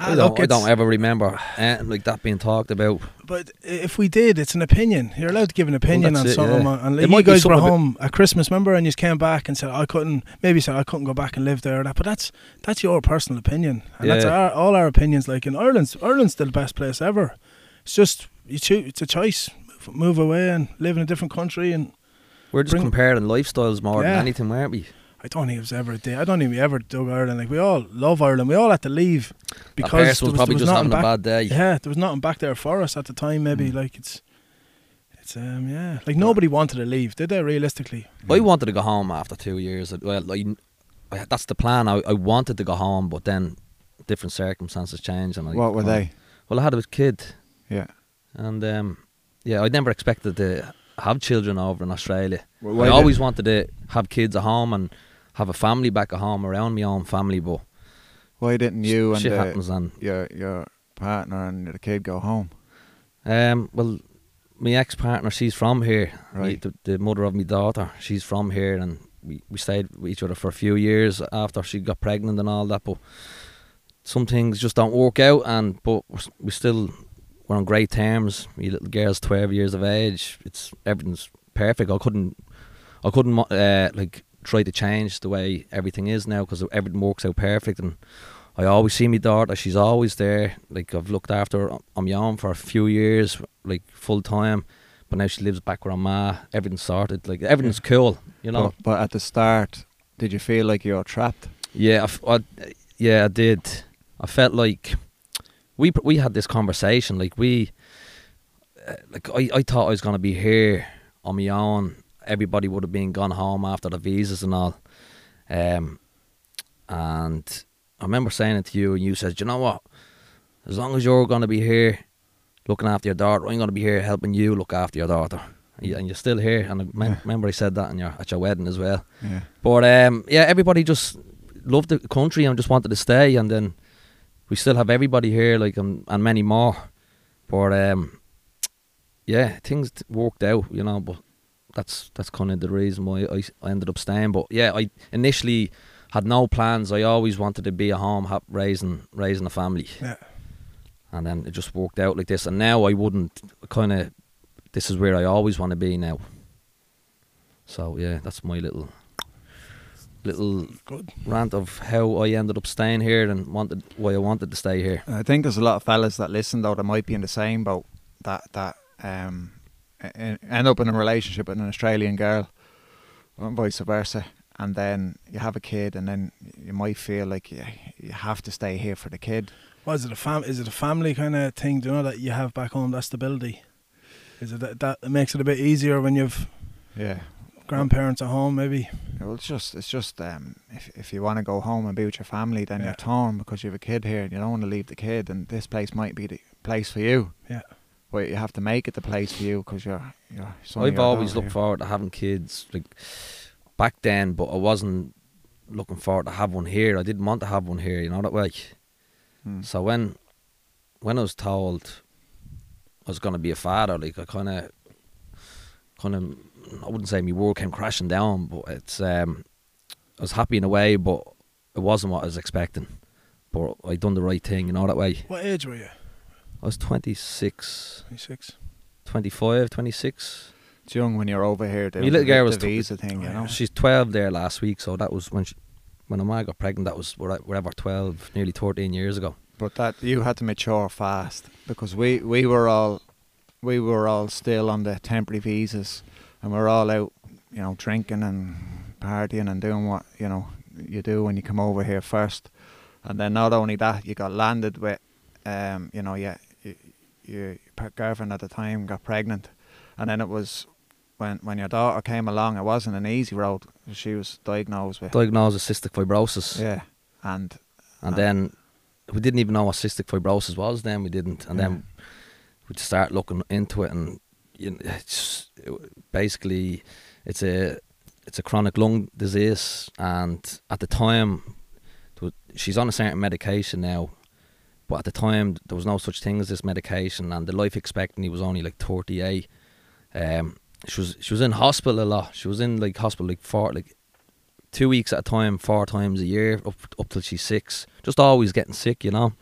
S4: Ah,
S2: I, don't,
S4: look,
S2: I
S4: it's-
S2: don't ever remember anything like that being talked about.
S4: But if we did, it's an opinion. You're allowed to give an opinion
S2: that's
S4: on
S2: it,
S4: something.
S2: yeah.
S4: on- And
S2: It
S4: like
S2: might
S4: you
S2: be
S4: guys were
S2: something a bit-
S4: home at Christmas, remember, and you came back and said I couldn't. Maybe you said I couldn't go back and live there. Or that, but that's that's your personal opinion, and that's
S2: Yeah.
S4: our, all our opinions. Like in Ireland, Ireland's the best place ever. It's just you choose. It's a choice. Move- Move away and live in a different country and
S2: We're just
S4: Bring-
S2: comparing lifestyles more
S4: Yeah.
S2: than anything, weren't we?
S4: I don't think it was ever a day. I don't think we ever dug Ireland. Like we all love Ireland. We all had to leave
S2: Because
S4: because
S2: person was,
S4: there was,
S2: probably
S4: there was
S2: just
S4: nothing
S2: having
S4: back.
S2: a bad day.
S4: Yeah, there was nothing back there for us at the time. Maybe
S3: Mm.
S4: like it's, it's um yeah. Like nobody wanted to leave, did they? Realistically,
S2: I wanted to go home after two years. Well, I, I, that's the plan. I, I wanted to go home, but then different circumstances changed, and I,
S3: what were they?
S2: Well, I had a kid,
S3: Yeah.
S2: and um, yeah, I never expected to have children over in Australia.
S3: Well,
S2: I always wanted to have kids at home and have a family back at home around my own family, but
S3: Why didn't you
S2: shit
S3: and uh,
S2: happens and
S3: your your partner and the kid go home?
S2: Um, well, my ex partner, she's from here. Me-
S3: Right.
S2: the, the mother of my daughter, she's from here, and we, we stayed with each other for a few years after she got pregnant and all that. But some things just don't work out, and but we're s- we still we're on great terms. My little girl's twelve years of age. It's everything's perfect. I couldn't, I couldn't mo- uh, like try to change the way everything is now because everything works out perfect and. I always see my daughter. She's always there. Like I've looked after her on my own for a few years, like full time. But now she lives back with her ma. Everything's sorted. Like everything's cool. You know.
S3: But, but at the start, did you feel like you were trapped?
S2: Yeah. I f I yeah, I did. I felt like we pr- we had this conversation. Like we, uh, like I, I thought I was gonna be here on my own. Everybody would have been gone home after the visas and all. Um, and I remember saying it to you, and you said, "Do "You know what? As long as you're gonna be here, looking after your daughter, I'm gonna be here helping you look after your daughter." And you- And you're still here, and I mem-
S3: Yeah.
S2: remember I said that in your, at your wedding as well.
S3: Yeah.
S2: But um, yeah, everybody just loved the country and just wanted to stay. And then we still have everybody here, like and, and many more. But um, yeah, things t- worked out, you know. But that's that's kind of the reason why I, s- I ended up staying. But yeah, I initially had no plans. I always wanted to be at home, ha- raising raising a family
S4: Yeah.
S2: and then it just worked out like this. And now I wouldn't kind of. This is where I always want to be now. So yeah, that's my little little
S4: Good.
S2: rant of how I ended up staying here and wanted why I wanted to stay here.
S3: I think there's a lot of fellas that listen though that might be in the same boat that that um e- e- end up in a relationship with an Australian girl, and vice versa, and then you have a kid, and then you might feel like you, you have to stay here for the kid.
S4: What is it a fam? Is it a family kind of thing? Do you know that you have back home that stability? Is it that, that makes it a bit easier when you've
S3: Yeah.
S4: grandparents at home? Maybe.
S3: Well, it's just it's just um, if if you want to go home and be with your family, then
S4: Yeah.
S3: you're torn because you have a kid here and you don't want to leave the kid, and this place might be the place for you.
S4: Yeah.
S3: But you have to make it the place for you because you're you're. son of
S2: I've
S3: your
S2: always
S3: daughter
S2: looked forward to having kids, like back then, but I wasn't looking forward to have one here. I didn't want to have one here, you know that way.
S3: here. Mm.
S2: So when when I was told I was gonna be a father, like I kind of kind of I wouldn't say my world came crashing down, but it's um I was happy in a way, but it wasn't what I was expecting. But I done the right thing, you know that way.
S4: What age were you?
S2: I was 26,
S4: Twenty six.
S2: 25, 26.
S3: It's young when you're over here. The,
S2: My little girl
S3: the
S2: was Oh, tw-
S3: visa thing, you
S4: Yeah.
S3: know.
S2: She's 12 there last week, so that was when she, when Amaya got pregnant. That was where I- wherever 12, nearly 13 years ago.
S3: But that you had to mature fast because we we were all we were all still on the temporary visas, and we're all out, you know, drinking and partying and doing what you know you do when you come over here first, and then not only that you got landed with, um, you know, yeah, y- your per- girlfriend at the time got pregnant, and then it was. When, when your daughter came along, it wasn't an easy road. She was diagnosed with
S2: Diagnosed with cystic fibrosis.
S3: yeah, and
S2: And
S3: Uh,
S2: then we didn't even know what cystic fibrosis was. Then we didn't, and then we just start looking into it, and you know, it's it- basically it's a it's a chronic lung disease, and at the time there was- she's on a certain medication now. But at the time, there was no such thing as this medication, and the life expectancy was only like 38. Um, she was she was in hospital a lot. She was in like hospital like four like two weeks at a time, four times a year, up up till she's six. Just always getting sick, you know.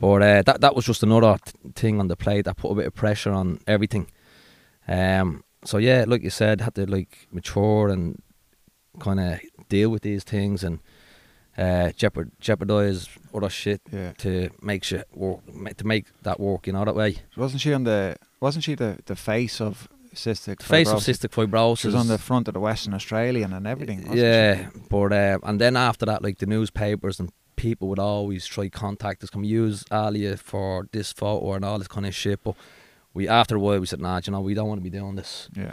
S2: But uh, that that was just another th- thing on the plate that put a bit of pressure on everything. Um, so yeah, like you said, had to like mature and kind of deal with these things and uh, jeopard jeopardize other shit
S3: yeah.
S2: to make shit work ma- to make that work. You know that way.
S3: Wasn't she on the? Wasn't she the, the face of cystic?
S2: The face of
S3: fibrosis?
S2: cystic fibrosis.
S3: She was on the front of the Western Australian and everything. Wasn't
S2: yeah, but uh, and then after that, like the newspapers and people would always try contact us, come use Alia for this photo and all this kind of shit. But we after a while we said, nah, do you know, we don't want to be doing this.
S3: she? Yeah.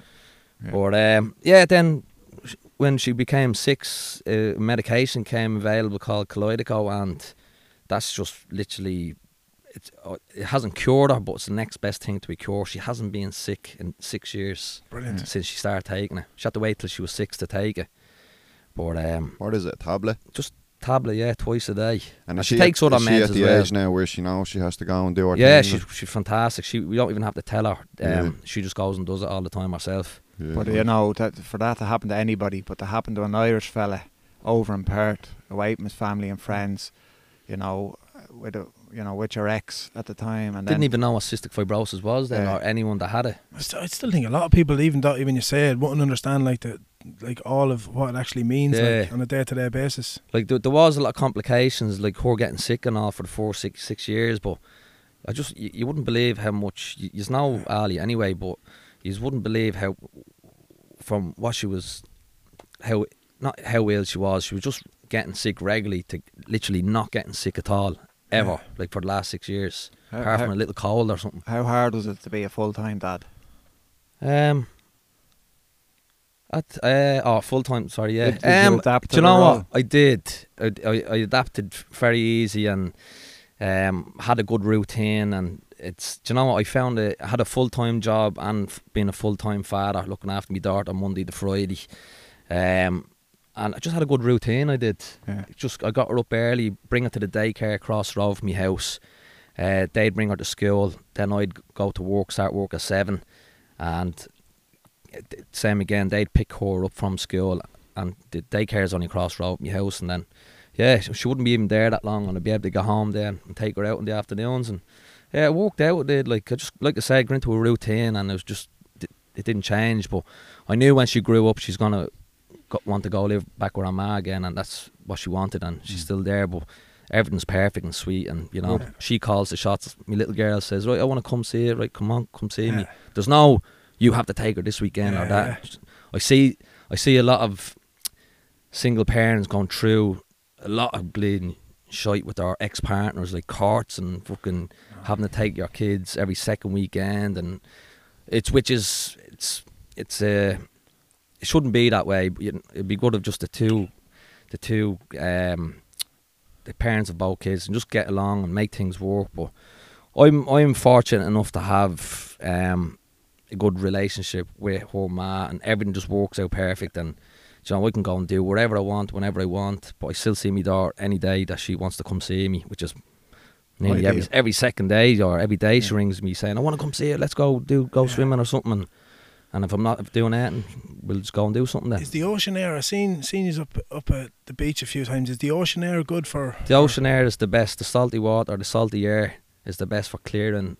S3: Yeah.
S2: But um, yeah, then sh- when she became six, uh, medication came available called Kaleidoco, and that's just literally it's, uh, it hasn't cured her, but it's the next best thing to be cured. She hasn't been sick in six years
S4: Brilliant.
S2: since she started taking it. She had to wait till she was six to take it. But um,
S1: What is it, a tablet?
S2: just tablet, yeah, twice a day.
S1: And,
S2: And
S1: is
S2: she
S1: she
S2: takes other
S1: is she
S2: meds
S1: at
S2: as
S1: the
S2: well.
S1: age now where she knows she has to go and do her
S2: yeah,
S1: thing,
S2: she's she's fantastic. She we don't even have to tell her. Um,
S1: Yeah.
S2: She just goes and does it all the time herself.
S1: yeah.
S3: But you know, that, for that to happen to anybody, but to happen to an Irish fella over in Perth, away from his family and friends, you know, with a, you know with your ex at the time, and
S2: Didn't
S3: then
S2: even know what cystic fibrosis was then,
S3: Yeah.
S2: or anyone that had it.
S4: I, st- I still think a lot of people, even though even you say it, wouldn't understand like the like all of what it actually means
S2: Yeah.
S4: like, on a day to day basis.
S2: Like there, there was a lot of complications, like her getting sick and all for the four six six years. But I just you, you wouldn't believe how much you, you know Ali anyway, but you wouldn't believe how from what she was, how not how ill she was. She was just getting sick regularly to literally not getting sick at all ever, like for the last six years,
S3: How-
S2: apart
S3: how-
S2: from a little cold or something.
S3: how hard was it to be a full time dad?
S2: Um. At uh, oh, full time. Sorry, yeah.
S3: Did- did you
S2: um,
S3: adapt
S2: do you
S3: to the
S2: know
S3: role?
S2: what I did? I, I, I adapted very easy and um, had a good routine. And it's do you know what I found? It, I had a full time job and f- being a full time father, looking after my daughter Monday to Friday. Um, and I just had a good routine. I did.
S3: Yeah.
S2: Just I got her up early, bring her to the daycare across the road from my house. Uh, they'd bring her to school. Then I'd go to work, start work at seven, and it- same again. They'd pick her up from school, and the daycare's only across the road from my house. And then, yeah, she she wouldn't be even there that long, and I'd be able to go home then and take her out in the afternoons. And yeah, I walked out. with it like I just like I said, got into a routine, and it was just it- it didn't change. But I knew when she grew up, she's gonna go, want to go live back with her ma again, and that's what she wanted, and she's still there. But everything's perfect and sweet, and you know
S4: Mm. Yeah.
S2: she calls the shots. My little girl says, "Right, I want to come see it. Right, come on, come see me."
S4: Yeah.
S2: There's no you have to take her this weekend or
S4: Yeah.
S2: that. I see, I see a lot of single parents going through a lot of bleeding shite with their ex partners, like courts and fucking having to take your kids every second weekend, and it's which is it's it's uh, it shouldn't be that way. But you- it'd be good if just the two, the two, um, the parents of both kids and just get along and make things work. But I'm I'm fortunate enough to have um, a good relationship with her ma, and everything just works out perfect. And you know, I can go and do whatever I want, whenever I want. But I still see me daughter any day that she wants to come see me, which is nearly
S3: Ideal.
S2: every every second day or every day she
S3: Yeah.
S2: rings me saying, "I want to come see you. Let's go do go
S4: Yeah.
S2: swimming or something." And, and if I'm not doing anything, we'll just go and do something then.
S4: Is the ocean air? I seen seen you up up at the beach a few times. Is the ocean air good for?
S2: The ocean air is the best. The salty water, the salty air is the best for clearing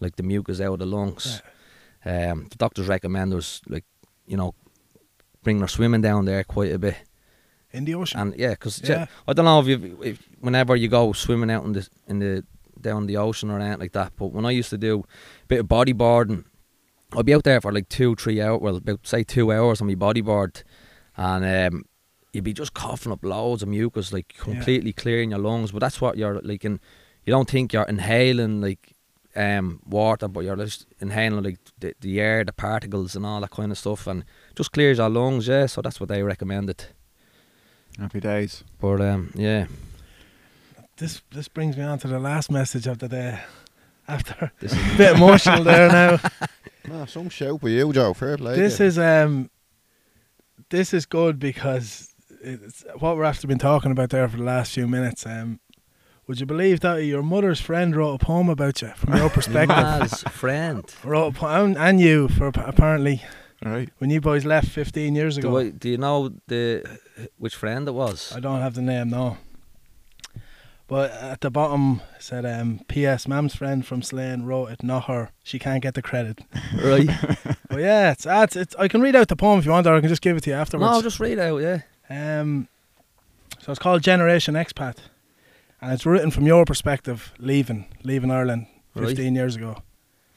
S2: like the mucus out of the lungs. Um, the doctors recommend us like you know bringing her swimming down there quite a bit.
S4: in the ocean?
S2: And yeah, because
S4: Yeah.
S2: I don't know if you if whenever you go swimming out in the in the down the ocean or anything like that. But when I used to do a bit of bodyboarding, I'd be out there for like two, three hours. Well, about say two hours on my bodyboard, and um, you'd be just coughing up loads of mucus, like completely clearing your lungs. But that's what you're like, and you don't think you're inhaling like um water, but you're just inhaling like the, the air, the particles, and all that kind of stuff, and just clears your lungs. Yeah, so that's what they recommended.
S3: Happy days.
S2: But um, yeah.
S4: this this brings me on to the last message of the day. *laughs* After *laughs*
S2: This is
S4: a bit emotional there
S2: *laughs*
S4: now.
S1: Nah, some shout for you, Joe. Fair play.
S4: this
S1: to you.
S4: is um, this is good because it's what we're after been talking about there for the last few minutes. Um, would you believe that your mother's friend wrote a poem about you from
S2: *laughs*
S4: your perspective? *laughs*
S2: Ma's friend.
S4: wrote a poem and you for ap- apparently
S3: Right.
S4: when you boys left 15 years ago.
S2: Do, I, do you know the which friend it was?
S4: I don't have the name, no. But at the bottom it said, um, P.S. Mam's friend from Slane wrote it, not her. She can't get
S2: *laughs*
S4: the credit. *laughs*
S2: Right.
S4: but yeah, it's, ah, it's, it's I can read out the poem if you want, or I can just give it to you afterwards.
S2: no, just read out. Yeah.
S4: um, so it's called Generation Expat, and it's written from your perspective, leaving leaving Ireland
S2: Right.
S4: 15 years ago.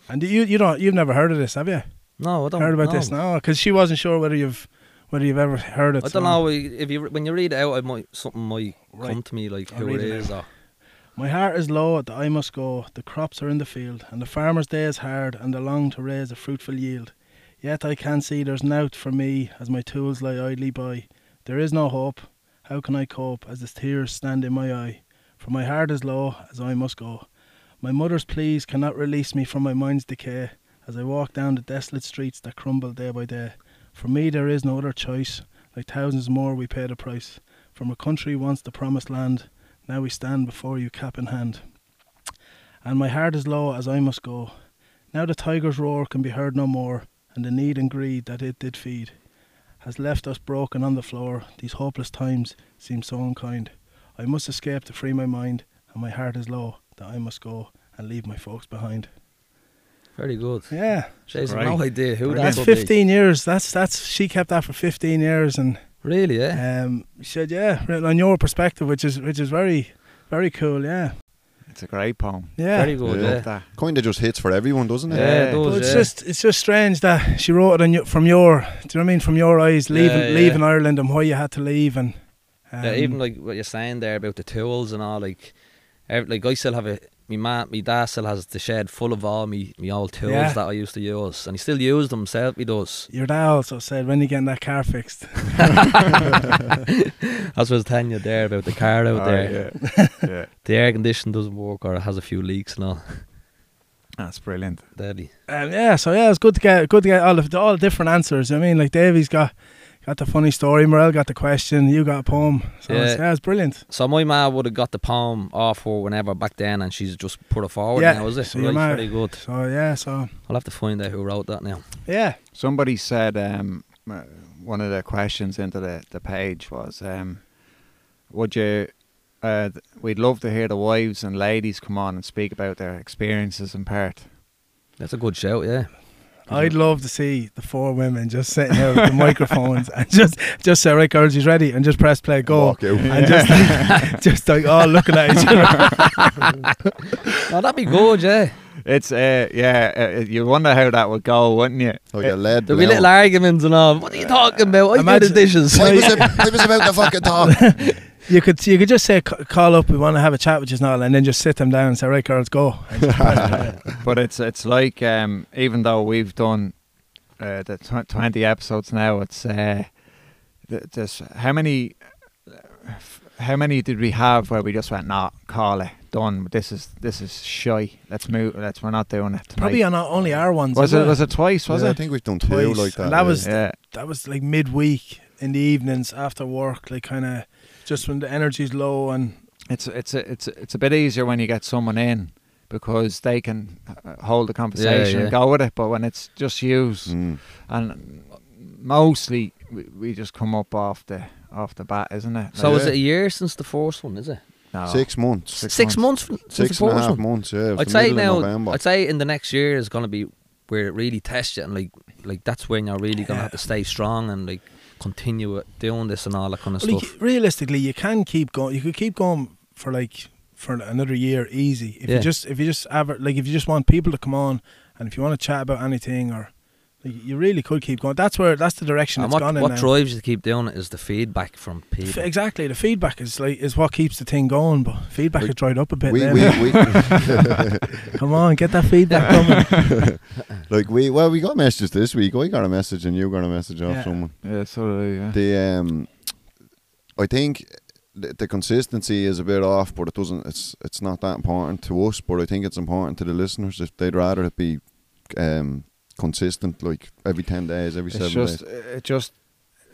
S4: And you you don't you've never heard of this, have you?
S2: No, I don't.
S4: heard about
S2: know.
S4: this? No, because she wasn't sure whether you've whether you've ever heard it.
S2: I
S4: so-
S2: don't know if you when you read it out, it might something might come
S4: Right.
S2: to me like
S4: I'll
S2: who it
S4: read it
S2: is or
S4: My heart is low at the I must go, the crops are in the field, and the farmer's day is hard, and I long to raise a fruitful yield. Yet I can see there's nought for me as my tools lie idly by. There is no hope, how can I cope as the tears stand in my eye? For my heart is low, as I must go. My mother's pleas cannot release me from my mind's decay as I walk down the desolate streets that crumble day by day. For me, there is no other choice. Like thousands more, we pay the price. From a country once the promised land, now we stand before you cap in hand. And my heart is low as I must go. Now the tiger's roar can be heard no more, and the need and greed that it did feed has left us broken on the floor. These hopeless times seem so unkind. I must escape to free my mind, and my heart is low that I must go and leave my folks behind.
S2: Very good.
S4: Yeah,
S2: She's
S3: Great.
S2: no idea who that
S4: that's
S2: would be.
S4: 15 years. That's that's she kept that for 15 years, and
S2: Really, yeah.
S4: um, she said, yeah, written on your perspective, which is which is very, very cool. Yeah,
S3: It's a great poem.
S4: yeah.
S2: Very good,
S1: Yeah.
S2: yeah.
S3: Love that.
S1: Kind of just hits for everyone, doesn't
S2: Yeah,
S1: it?
S2: it
S3: Yeah.
S2: does,
S4: But it's
S2: yeah.
S4: just it's just strange that she wrote it on your, from your do you know what I mean from your eyes leaving
S2: Yeah, yeah.
S4: leaving Ireland and why you had to leave and um,
S2: Yeah, even like what you're saying there about the tools and all, like, ev like I still have a me ma, me dad still has the shed full of all me me old tools
S4: Yeah.
S2: that I used to use, and he still uses them himself. He does.
S4: Your dad also said, "When you getting that car fixed?" *laughs*
S2: That's what I was telling you there about the car out
S4: Oh,
S3: Ah,
S2: there.
S3: yeah. yeah.
S2: The air condition doesn't work, or it has a few leaks and all. *laughs*
S3: That's brilliant.
S2: Deadly.
S4: Um, yeah, so yeah, it's good to get good to get all of all different answers. I mean, like Davey's got got the funny story, Morel got the question, you got a poem. So yeah, it's,
S2: Yeah.
S4: yeah, it's brilliant.
S2: So my ma would have got the poem off or whenever back then, and she's just put it forward
S4: Yeah,
S2: now, is it?
S4: so your
S2: right,
S4: ma-
S2: very good.
S4: So yeah, so
S2: I'll have to find out who wrote that now.
S4: yeah,
S3: Somebody said um, uh, one of the questions into the, the page was, um, would you? Uh, th- we'd love to hear the wives and ladies come on and speak about their experiences in Perth.
S2: That's a good shout, yeah.
S4: I'd love to see the four women just sitting there with the microphones and just just say, "Right, girls, he's ready," and just press play, go,
S1: Walk out.
S4: and just like, *laughs* just like all looking at each other.
S2: Oh, that'd be
S4: Mm.
S2: good, yeah.
S3: It's uh, yeah, uh, you wonder how that would go, wouldn't you?
S1: *laughs* Like a lead.
S2: Oh. There'll be little
S1: balloon.
S2: arguments and all. What are you talking about? I do the
S4: Imagine-
S2: dishes.
S1: I was, ab- I was about to fucking
S2: *laughs*
S1: talk.
S4: You could you could just say, "C- "Call up, we want to have a chat with you now," and then just sit them down and say, "Right, girls, go."
S2: *laughs*
S4: And just press play.
S3: But it's it's like um, even though we've done uh, the tw- twenty episodes now, it's uh, th- there's how many uh, how many did we have where we just went nah call it done this is this is shy let's move let's we're not doing it tonight.
S4: Probably on our, only our ones.
S3: was
S4: is
S3: it was it twice was
S1: Yeah, I
S3: it
S1: think we've done two
S4: Twice.
S1: like that.
S4: And that was-
S3: yeah
S4: that was like midweek in the evenings after work, like kind of just when the energy's low and
S3: it's it's a, it's a- it's a bit easier when you get someone in because they can uh, hold the conversation
S2: yeah.
S3: and go with it but when it's just yous
S1: Mm.
S3: and mostly we, we just come up off the off the bat isn't it
S2: So
S1: Yeah.
S2: is it a year since the first one? Is it
S3: no.
S1: Six months.
S3: Six
S2: months? from- since
S1: Six
S2: the
S1: and a
S2: first
S1: half
S2: one.
S1: months, yeah. It was
S2: I'd
S1: the
S2: say
S1: middle of
S2: now.
S1: November.
S2: I'd say in the next year is going to be where it really tests you, and like like that's when you're really going to have to stay strong and like continue it- doing this and all that kind of
S4: Well, you
S2: stuff.
S4: c- realistically, you can keep going. You could keep going for like for another year, easy. If
S2: Yeah.
S4: you just if you just ever like if you just want people to come on and if you want to chat about anything or like, you really could keep going. That's where that's the direction
S2: And
S4: it's
S2: what,
S4: gone in
S2: what
S4: now.
S2: drives you to keep doing it is the feedback from
S4: F-
S2: people.
S4: exactly, the feedback is like is what keeps the thing going. But feedback
S1: We-
S4: has dried up a bit.
S1: we,
S4: then.
S1: we,
S2: *laughs*
S1: we,
S4: *laughs* come on, get that feedback coming.
S1: *laughs* like we, well, we got messages this week. I got a message and you got a message off
S4: Yeah.
S1: someone.
S3: Yeah, so do yeah.
S1: The, um, I think the, the consistency is a bit off, but it doesn't. It's it's not that important to us, but I think it's important to the listeners. If they'd rather it be, um, consistent, like every ten days, every
S3: it's
S1: seven
S3: just
S1: days.
S3: it just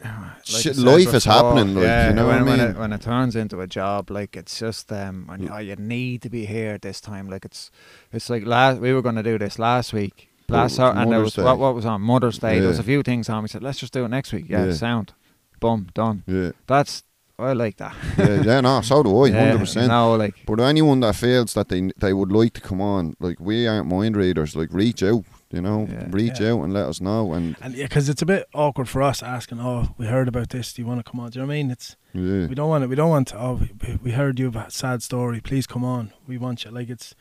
S3: I
S1: Shit,
S3: said
S1: life is
S3: before,
S1: happening, like, you know what
S3: when,
S1: I
S3: when
S1: mean? Mm.
S3: it, when it turns into a job like it's just um when,
S1: Yeah.
S3: oh, you need to be here this time like it's it's like last we were going to do this last week
S1: But it
S3: last
S1: was
S3: hour and there
S1: Mother's
S3: was what,
S1: Day.
S3: what was on Mother's Day there was
S1: Yeah.
S3: a few things on we said let's just do it next week yeah,
S1: Yeah.
S3: sound boom done
S1: Yeah,
S3: that's I
S1: *laughs*
S3: like that
S1: yeah, yeah. No, so do
S2: *laughs*
S1: I.
S3: Yeah,
S1: Hundred percent.
S3: no like
S1: But anyone that feels that they they would like to come on, like we aren't mind readers. Like reach out, you know,
S3: Yeah.
S1: reach
S4: Yeah.
S1: out and let us know. And
S4: And yeah, because it's a bit awkward for us asking, "Oh, we heard about this. Do you want to come on?" Do you know what I mean? It's
S1: yeah,
S4: We don't want it. We don't want. To, oh, we- we heard you have a sad story. Please come on. We want you. Like it's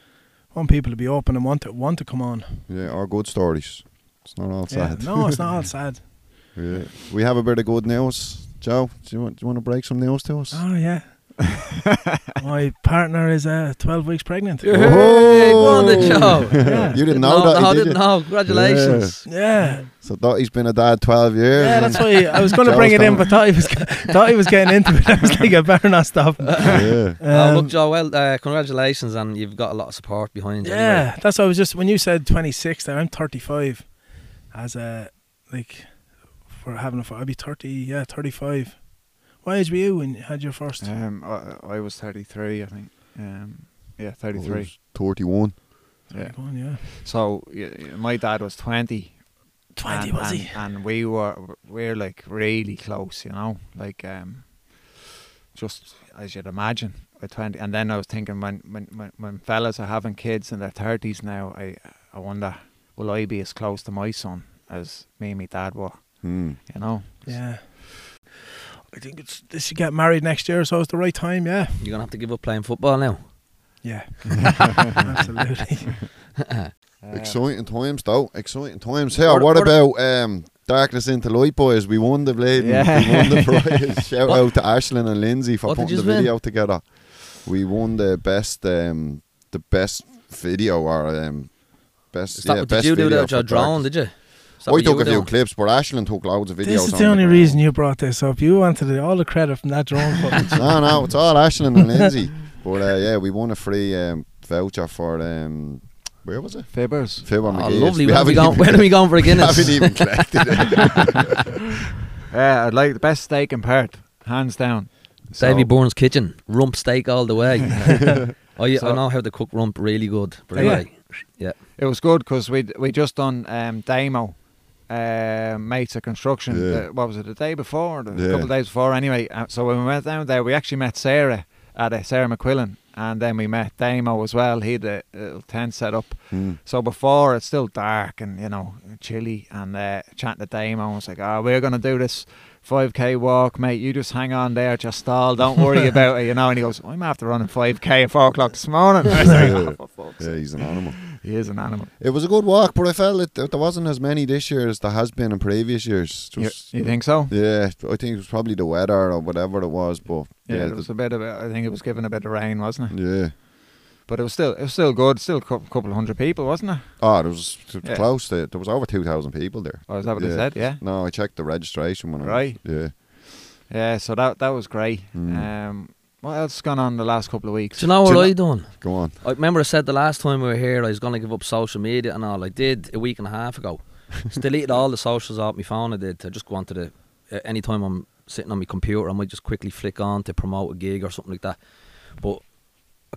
S4: we want people to be open and want to want to come on.
S1: yeah, our good stories. It's not all
S4: Yeah.
S1: sad.
S4: No, it's not all sad.
S1: *laughs* Yeah. We have a bit of good news, Joe. Do you want do you want to break some news to us?
S4: Oh yeah. My partner is uh, 12 weeks pregnant.
S2: Yeah. Hey, go on the
S1: *laughs*
S2: show.
S4: Yeah.
S1: Oh! You didn't know that,
S2: No, I
S1: did
S2: didn't
S1: you?
S2: know. Congratulations.
S4: Yeah.
S1: So thought he's been a dad twelve years.
S4: Yeah,
S1: and-
S4: that's why I was going to bring it in, but thought he was *laughs* thought he was getting into it. I was like, I better not stop. Um,
S1: *laughs* yeah.
S2: oh, look, Joe. Well, uh, congratulations, and you've got a lot of support behind you. anyway.
S4: yeah, that's what I was just when you said 26. There, I'm 35. As a like for having a fi- I'd be 30. Yeah, 35. What age were you when you had your first?
S3: Um, I, I was 33, I think. Um, yeah,
S1: Well,
S3: 33.
S1: he's Thirty-one.
S3: yeah.
S4: Go on, yeah.
S3: So y y- my dad was 20.
S4: 20
S3: and,
S4: was
S3: and,
S4: he?
S3: And we were we are like really close, you know, like um, just as you'd imagine. At 20, and then I was thinking when when when, when fellas are having kids in their 30s now, I I wonder will I be as close to my son as me and my dad were,
S1: Hmm.
S3: you know?
S4: Yeah. I think it's they should get married next year, so it's the right time. Yeah.
S2: You're gonna have to give up playing football now.
S4: Yeah. Absolutely.
S3: Uh,
S1: Exciting times, though. Exciting times. Here, what,
S2: What- what-
S1: about um, Darkness into Light, boys? We won the blade.
S3: Yeah.
S1: We won
S2: *laughs*
S1: the prize. Shout
S2: What-
S1: out to Ashlyn and Lindsay for
S2: What did
S1: putting the
S2: yous win?
S1: video together. We won the best, um, the best video or um, best.
S2: Is that
S1: yeah,
S2: what
S1: best
S2: did you do
S1: video
S2: that with
S1: for
S2: your drone?
S1: Darkness.
S2: Did you? Is
S1: I
S2: that what you
S1: took
S2: were
S1: a few
S2: doing?
S1: clips, but Ashlyn took loads of videos.
S4: This is
S1: on
S4: the only
S1: it.
S4: reason you brought this up. You wanted the- all the credit from that drone footage.
S1: *laughs* no, no, it's all Ashlyn
S4: *laughs*
S1: and Lindsay. But uh, yeah, we won a free um, voucher for um, where was it?
S3: Fibbers.
S1: Fibber
S2: Oh,
S1: McGee's.
S2: lovely. Where are
S1: haven't
S2: we going?
S1: even- *laughs*
S2: Where are we going for a Guinness?
S1: haven't even collected it.
S3: Yeah, Uh, I'd like the best steak in Perth, hands down. So-
S2: *laughs* Davy Bourne's kitchen, rump steak all
S1: *laughs*
S2: the way. oh, yeah, I
S3: So-
S2: know how to cook rump really good. But
S3: Yeah.
S2: anyway,
S3: It was good because we we just done um, demo, uh, mates of construction.
S1: Yeah.
S3: The, what was it the day before? The,
S1: Yeah.
S3: A couple of days before, anyway. Uh, so when we went down there, we actually met Sarah at uh, Sarah McQuillan, and then we met Damo as well. He had a little tent set up.
S1: Hmm.
S3: So before it's still dark and you know chilly, and uh, chatting to Damo was like, "Oh, we're gonna do this." 5k walk, mate. You just hang on there, just stall. Don't
S1: *laughs*
S3: worry about it, you know. And he goes, I'm after running 5k at four o'clock this morning. *laughs* I was like, "Oh, for fuck's
S1: Yeah, he's an animal.
S3: sake." He is an animal.
S1: It was a good walk, but I felt it, that there wasn't as many this year as there has been in previous years.
S3: You,
S1: Just,
S3: you think so?
S1: yeah, I think it was probably the weather or whatever it was, but
S3: Yeah,
S1: yeah,
S3: it was a bit of. A, I think it was given a bit of rain, wasn't it?
S1: yeah.
S3: But it was still, it was still good. Still a cou- couple of hundred people, wasn't it?
S1: Oh, there was t-
S3: Yeah.
S1: close to there was over two thousand people there.
S3: Or is that what they
S1: Yeah.
S3: said? Yeah.
S1: No, I checked the registration when I was-
S3: Right.
S1: yeah,
S3: Yeah. So that that was great.
S1: Mm.
S3: Um, what else has gone on the last couple of weeks?
S2: do you know
S1: Do
S2: what
S1: you
S2: I done?
S1: go on.
S2: I remember I said the last time we were here I was going to give up social media and all. I did a week and a half ago. just deleted all the socials off my phone. I did. I just wanted to, uh, anytime I'm sitting on my computer, I might just quickly flick on to promote a gig or something like that. But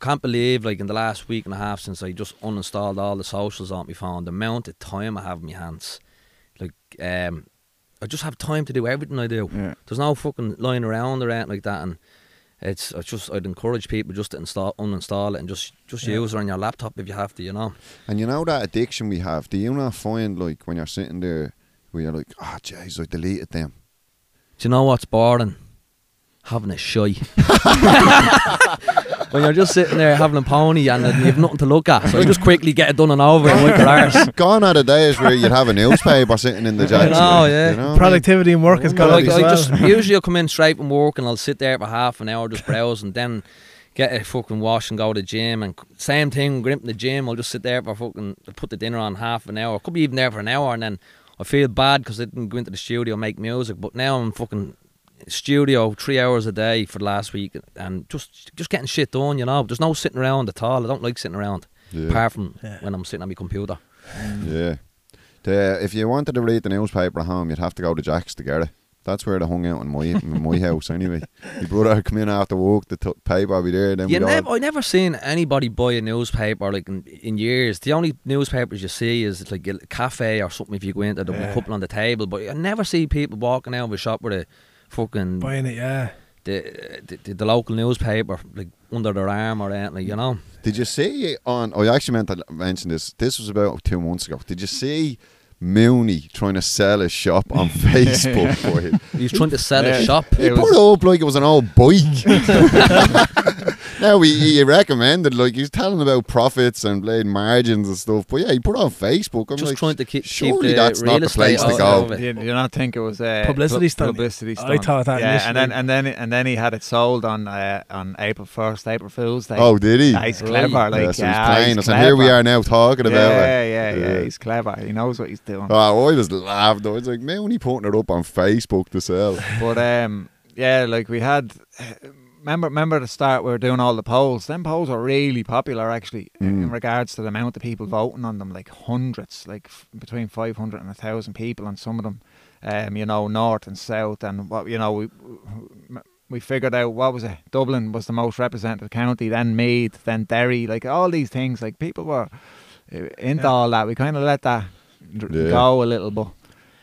S2: I can't believe, like, in the last week and a half since I just uninstalled all the socials off my phone, the amount of time I have in my hands. Like, um, I just have time to do everything I do.
S3: Yeah.
S2: There's no fucking lying around or anything like that. And it's, it's just I'd encourage people just to install, uninstall it and just just
S4: Yeah.
S2: use it on your laptop if you have to. You know.
S1: And you know that addiction we have. Do you not find like when you're sitting there, where you're like, oh, jeez, I deleted them.
S2: Do you know what's boring? Having a shy. *laughs* when you're just sitting there having a pony and then you've nothing to look at, so you just quickly get it done and over and wipe your arse.
S1: Gone are the days where you'd have a newspaper sitting
S3: *laughs* Oh,
S1: in the jacket.
S2: know, yeah.
S1: You know?
S4: Productivity and work has
S2: But
S4: got
S2: like,
S4: up as
S2: Oh, I
S4: well.
S2: just usually I'll come in straight from work and I'll sit there for half an hour just browse and then get a fucking wash and go to the gym and c- same thing grimp in the gym I'll just sit there for fucking put the dinner on half an hour could be even there for an hour and then I feel bad because I didn't go into the studio and make music but now I'm fucking studio three hours a day for the last week and just just getting shit done you know there's no sitting around at all I don't like sitting around
S1: Yeah.
S2: apart from
S4: Yeah.
S2: when I'm sitting on my computer
S1: Yeah. The, if you wanted to read the newspaper at home, you'd have to go to Jack's to get it. That's where they hung out in my in my house
S2: *laughs*
S1: anyway. My brother would come in after work, the t- paper would be there, then
S2: You
S1: we'd
S2: never,
S1: all...
S2: I never seen anybody buy a newspaper like in, in years. The only newspapers you see is like a cafe or something. If you go into the
S3: Yeah.
S2: couple on the table, but I never see people walking out of a shop with a fucking the,
S4: buying it. Yeah.
S2: the, the, the local newspaper like under their arm or anything. Like, you
S3: *laughs*
S2: know,
S1: Did you see on... I actually meant to l- mention this. This was about two months ago. Did you see Mooney trying to sell his shop on
S2: *laughs*
S1: Facebook for him?
S2: he's trying to sell
S3: Yeah.
S2: a shop.
S1: He
S3: It
S1: put *laughs*
S3: was-
S1: it up like it was an old bike. Now he, he recommended, like he's telling about profits and blade margins and stuff. But yeah, he put it on Facebook. I'm
S2: just
S1: like,
S2: trying to keep, keep
S1: surely
S2: the
S1: that's
S2: real
S1: not the place
S2: estate
S1: to
S2: out of
S1: go.
S2: it.
S3: You, you not think it was uh,
S4: uh, Publicity
S3: pub-
S4: stunt.
S3: Publicity
S4: I
S3: stunt.
S4: thought that
S3: Yeah, and then
S4: initially.
S3: and then and then he had it sold on uh, on April first, April Fool's Day.
S1: Oh, did he?
S3: yeah, he's clever.
S2: Right.
S1: yeah,
S3: Like,
S1: so
S3: yeah,
S1: he's playing
S3: he's
S1: us, and here we
S3: clever.
S1: are now talking about it.
S3: yeah, yeah, yeah,
S1: Yeah.
S3: He's clever. He knows what he's doing.
S1: Oh, I was laughed. I was like, man, when he putting it up on Facebook to
S3: *laughs*
S1: sell.
S3: But um, yeah, like we had. Remember, remember at the start we were doing all the polls. Them polls are really popular actually in
S1: Mm.
S3: regards to the amount of people voting on them, like hundreds, like f- between five hundred and a thousand people on some of them. Um, you know, north and south, and what you know, we we figured out what was it? Dublin was the most represented county, then Meath, then Derry, like all these things. Like people were uh, into
S4: Yeah.
S3: all that. We kind of let that dr-
S1: Yeah.
S3: go a little bit.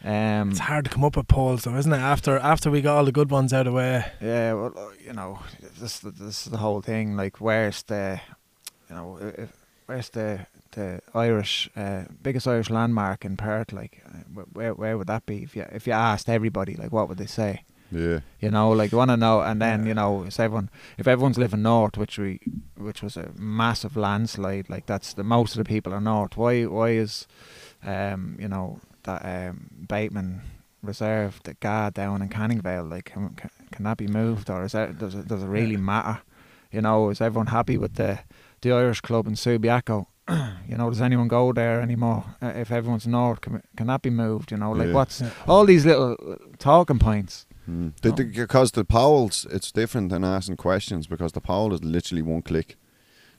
S3: Um,
S4: It's hard to come up with polls though, isn't it? After after we got all the good ones out of the way.
S3: Yeah, well, uh, you know, this this is the whole thing. Like, where's the, you know, i- if, where's the the Irish uh, biggest Irish landmark in Perth? Like, uh, wh- where where would that be? If you if you asked everybody, like, what would they say?
S1: Yeah.
S3: You know, like you want to know, and then
S4: Yeah.
S3: you know, if everyone if everyone's living north, which we which was a massive landslide, like that's the most of the people are north. Why why is, um, you know that um Bateman Reserve, the guard down in Canningvale, like can, can, can that be moved or is that does it does it really matter? You know, is everyone happy with the the Irish club in Subiaco? *clears throat* you know, does anyone go there anymore? Uh, if everyone's north, can, can that be moved? You know, like
S1: Yeah.
S3: what's
S4: Yeah.
S3: all these little uh, talking points.
S1: Mm. The, the, because the polls, it's different than asking questions because the poll is literally one click.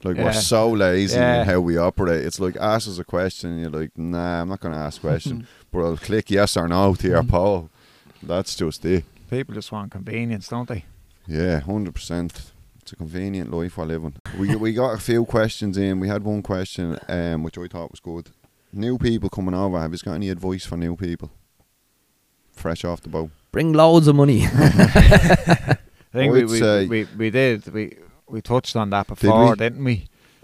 S1: Like
S3: Yeah.
S1: we're so lazy
S3: Yeah.
S1: in how we operate. It's like ask us a question, and you're like, nah, I'm not going to ask a
S3: *laughs*
S1: question, but I'll click yes or no to your
S3: Mm.
S1: poll. That's just it.
S3: People just want convenience, don't they?
S1: Yeah, hundred percent. It's a convenient life we're living. We we got a few questions in. We had one question, um, which I thought was good. New people coming over. Have you got any advice for new people? Fresh off the boat.
S2: Bring loads of money. *laughs*
S3: I think
S1: I
S3: we,
S1: would
S3: we,
S1: say-
S3: we, we did. We we touched on that before,
S1: we?
S3: did not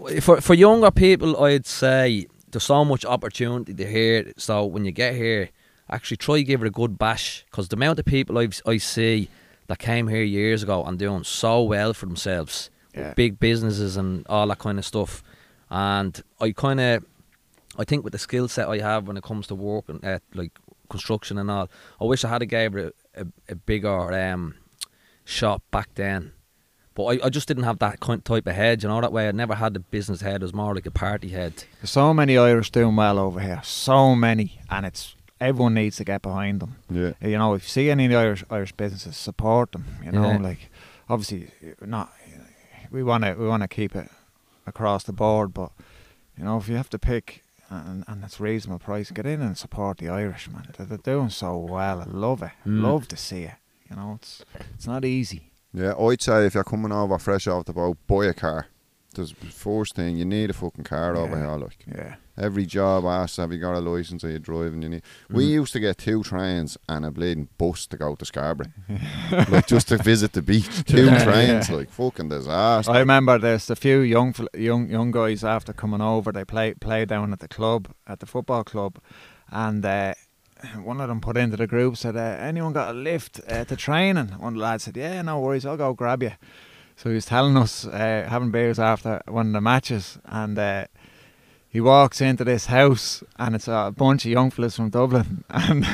S3: we?
S2: for for younger people, I'd say there's so much opportunity to hear. So when you get here, actually try give it a good bash because the amount of people I've, I see that came here years ago and doing so well for themselves, with
S3: Yeah.
S2: big businesses and all that kind of stuff, and I kind of, I think with the skill set I have when it comes to work and uh, like construction and all, I wish I had a gave it a, a, a bigger um, shot back then. But I, I just didn't have that kind type of head, you know, that way. I never had a business head. It was more like a party head.
S3: There's so many Irish doing well over here. So many, and it's everyone needs to get behind them.
S1: Yeah.
S3: You know, if you see any of the Irish Irish businesses, support them. You know,
S2: Yeah.
S3: like obviously uh, not. We want to we want to keep it across the board, but you know, if you have to pick. And, and it's reasonable price. Get in and support the Irish man. They're, they're doing so well. I love it.
S2: Mm.
S3: Love to see it. You know, it's it's not easy.
S1: Yeah, I'd say if you're coming over fresh off the boat, buy a car. There's first thing you need a fucking car over
S3: Yeah.
S1: here. Like
S3: Yeah.
S1: every job asks, have you got a license? Are you driving? You need. We used to get two trains and a bleeding bus to go to Scarborough, like just to visit the beach. Two
S3: Yeah,
S1: trains,
S3: yeah.
S1: like fucking disaster.
S3: I remember there's a few young fl- young young guys after coming over. They play play down at the club at the football club, and uh, one of them put into the group said, uh, "Anyone got a lift uh, to training?" One of the lads said, "Yeah, no worries, I'll go grab you." So he was telling us uh, having beers after one of the matches, and uh, he walks into this house, and it's a bunch of young fellas from Dublin, *laughs* and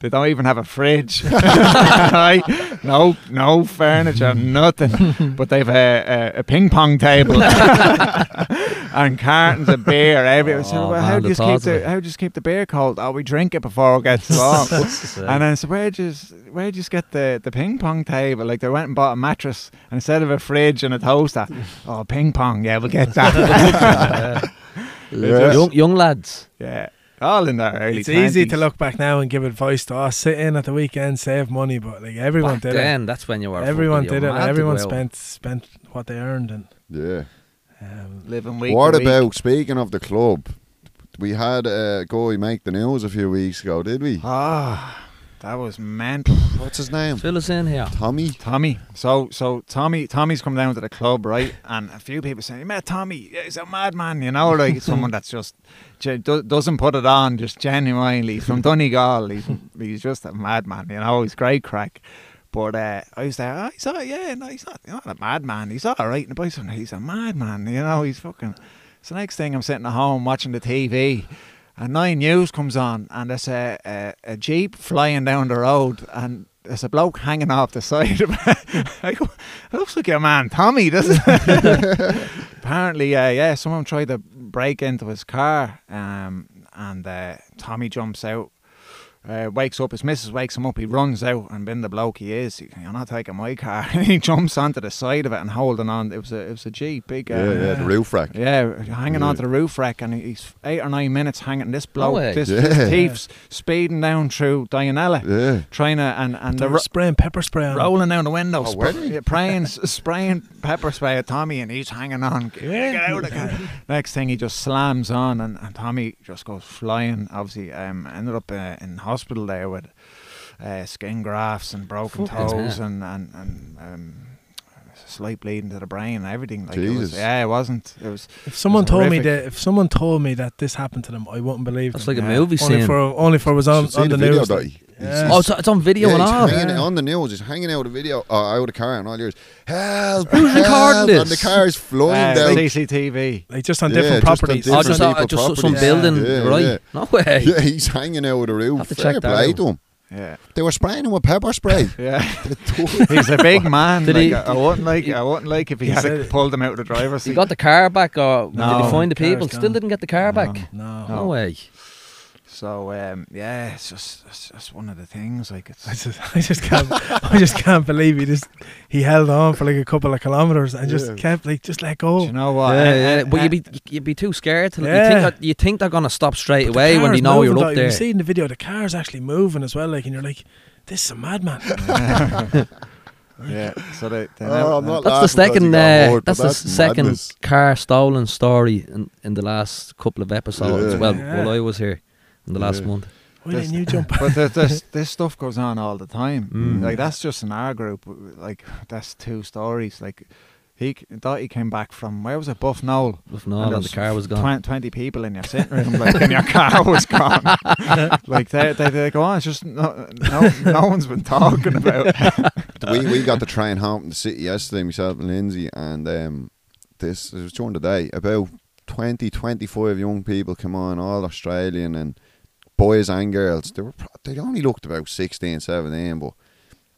S3: they don't even have a fridge. *laughs* Right? No, no furniture, nothing. But they've a, a, a ping pong
S2: *laughs*
S3: table and cartons of beer everywhere. so,
S2: Oh,
S3: well, how
S2: man,
S3: do you
S2: that's
S3: keep
S2: awesome.
S3: the how do you keep the beer cold? Oh, we drink it before
S2: *laughs*
S3: it gets warm.
S2: uh,
S3: And I said, where just where would you get the, the ping pong table? Like they went and bought a mattress and instead of a fridge and
S2: *laughs*
S3: a toaster. Oh, ping pong, yeah, we'll get that.
S1: Yeah.
S2: young, young lads.
S3: yeah, all in their early.
S4: It's easy
S3: 20s.
S4: to look back now and give advice to us. Sit in at the weekend, save money, but like everyone
S2: Back
S4: did
S2: then, that's when you
S4: it.
S2: were.
S4: Everyone
S2: fucking-
S4: did it.
S2: you were mad to
S4: Everyone
S2: go out.
S4: spent spent what they earned and.
S1: yeah.
S4: Um,
S3: living week.
S1: what
S3: to week.
S1: about speaking of the club? We had a guy make the news a few weeks ago, did we?
S3: Ah, that was mental.
S1: What's his name?
S2: Fill us in here.
S1: Tommy.
S3: Tommy. So so Tommy Tommy's come down to the club, right? And a few people saying, "You met Tommy? Yeah, He's a madman, you know, like someone that's just ge- do, doesn't put it on, just genuinely from Donegal. He's he's just a madman, you know. He's great crack." But uh, I used to, oh, he's all, yeah, no, he's not, he's not a madman. He's all right. And the boys, were, he's a madman. You know, he's fucking. So next thing, I'm sitting at home watching the TV, and Nine News comes on, and there's a, a, a jeep flying down the road, and there's a bloke hanging off the side. of it. *laughs* I go, it looks like your man Tommy, doesn't it? *laughs* Apparently, uh, yeah, someone tried to break into his car, um, and uh, Tommy jumps out. Uh, wakes up, his missus wakes him up, he runs out, and being the bloke he is, he, you're not taking my car. *laughs* he jumps onto the side of it and holding on. It was a, it was a Jeep, big. Uh,
S1: yeah, yeah, the roof rack.
S3: yeah, hanging
S1: Yeah.
S3: onto the roof rack, and he's eight or nine minutes hanging. This bloke,
S2: way.
S3: this,
S1: Yeah.
S3: this thief's speeding down through Dianella,
S1: Yeah.
S3: trying to and and
S4: They
S3: the
S4: were
S3: ro-
S4: spraying pepper spray on. him.
S3: rolling down the window,
S1: Oh,
S3: spr-
S1: were they?
S3: yeah, praying, s- spraying pepper spray at Tommy, and he's hanging on. Get,
S4: Yeah.
S3: get out of the car. Next thing, he just slams on, and, and Tommy just goes flying. Obviously, um, ended up uh, in hospital there with uh, skin grafts and broken
S2: Fucking
S3: toes
S2: hell.
S3: and and and. Um, Slight bleeding to the brain and everything. Like It was,
S1: Jesus.
S3: yeah, it wasn't. It was.
S4: If someone
S3: It's
S4: told me
S3: horrific.
S4: that, if someone told me that this happened to them, I wouldn't believe
S2: That's
S4: them.
S2: like a
S3: Yeah.
S2: movie
S4: only
S2: scene.
S4: for only for it was on,
S1: Should
S4: on
S1: see
S4: the,
S1: video,
S4: news.
S1: Dotty.
S4: Yeah.
S2: oh, it's, it's on video
S1: Yeah,
S2: and
S1: he's
S2: all. Oh,
S1: hanging
S4: Yeah.
S1: on the news. He's hanging out a video uh, out of car and all yours. Help!
S2: Who's recording
S1: help," And the
S2: this?
S1: car's flying
S2: Ah,
S3: Uh,
S1: down.
S3: CCTV.
S4: Like just on
S1: Yeah,
S4: different
S1: just on
S4: properties.
S2: Oh,
S1: different-
S2: just,
S1: people
S2: uh, just some
S1: properties.
S2: building,
S1: Yeah,
S2: right?
S1: yeah.
S2: No way.
S1: Yeah, he's hanging out of the roof.
S2: Have to
S1: Fair
S2: check that
S1: play
S2: out.
S1: to him.
S3: Yeah,
S1: They were spraying him with pepper
S2: *laughs*
S1: spray.
S3: yeah.
S1: *laughs* They told-
S3: He's a big man.
S2: Did
S3: like,
S2: he-
S3: I, I wouldn't like. I wouldn't like if he,
S4: He
S3: had
S4: said
S3: to
S4: it.
S3: pull them out of the driver's
S2: He
S3: seat.
S2: got the car back, or did
S3: No.
S2: he find the
S4: Car's
S2: people?
S4: gone.
S2: Still didn't get the car back.
S4: *laughs* No.
S2: No,
S3: No.
S2: way.
S3: So um, yeah, it's just it's just one of the things. Like
S2: *laughs*
S4: I
S3: it's
S4: just, I just can't, I just can't believe he just, he held on for like a couple of kilometers and just
S1: Yeah.
S4: kept like, just let
S3: do
S4: go.
S3: you know what?
S2: yeah,
S3: And-
S2: yeah.
S3: and-
S2: but you'd
S3: and-
S2: be you'd be too scared to. You
S4: Yeah.
S2: think that- you think they're gonna stop straight
S4: But the
S2: away when they
S4: car's
S2: know
S4: moving,
S2: you're
S4: though.
S2: up there.
S4: You see in the video the car's actually moving as well, like, and you're like, this is a madman.
S3: *laughs* yeah. So they, they
S1: Oh, I'm not
S2: That's the
S1: laughing 'cause he
S2: second.
S1: got
S2: Uh,
S1: bored, but
S2: that's the second
S1: madness.
S2: car stolen story in, in the last couple of episodes.
S1: Yeah.
S2: Well,
S4: Yeah.
S2: while I was here in the last
S1: Yeah.
S2: month.
S4: Why didn't
S3: This-
S4: you
S3: *laughs* *laughs*
S4: jump?
S3: but this, this this stuff goes on all the time.
S2: Mm.
S3: Like that's just in our group. Like that's two stories. Like he c- thought he came back from where was it? Buff Knoll.
S2: If not, and the
S3: there's
S2: car was gone.
S3: Twen- 20 people in your sitting room, like, and
S2: *laughs*
S3: your car was gone. like, they, they, they go, on. it's just no, no, no one's been talking about it.
S1: we we got to train home in the city yesterday, myself and Lindsay, and um, this it was during the day. About 20, 25 young people come on, all Australian and boys and girls. They were pro- they only looked about 16, 17, but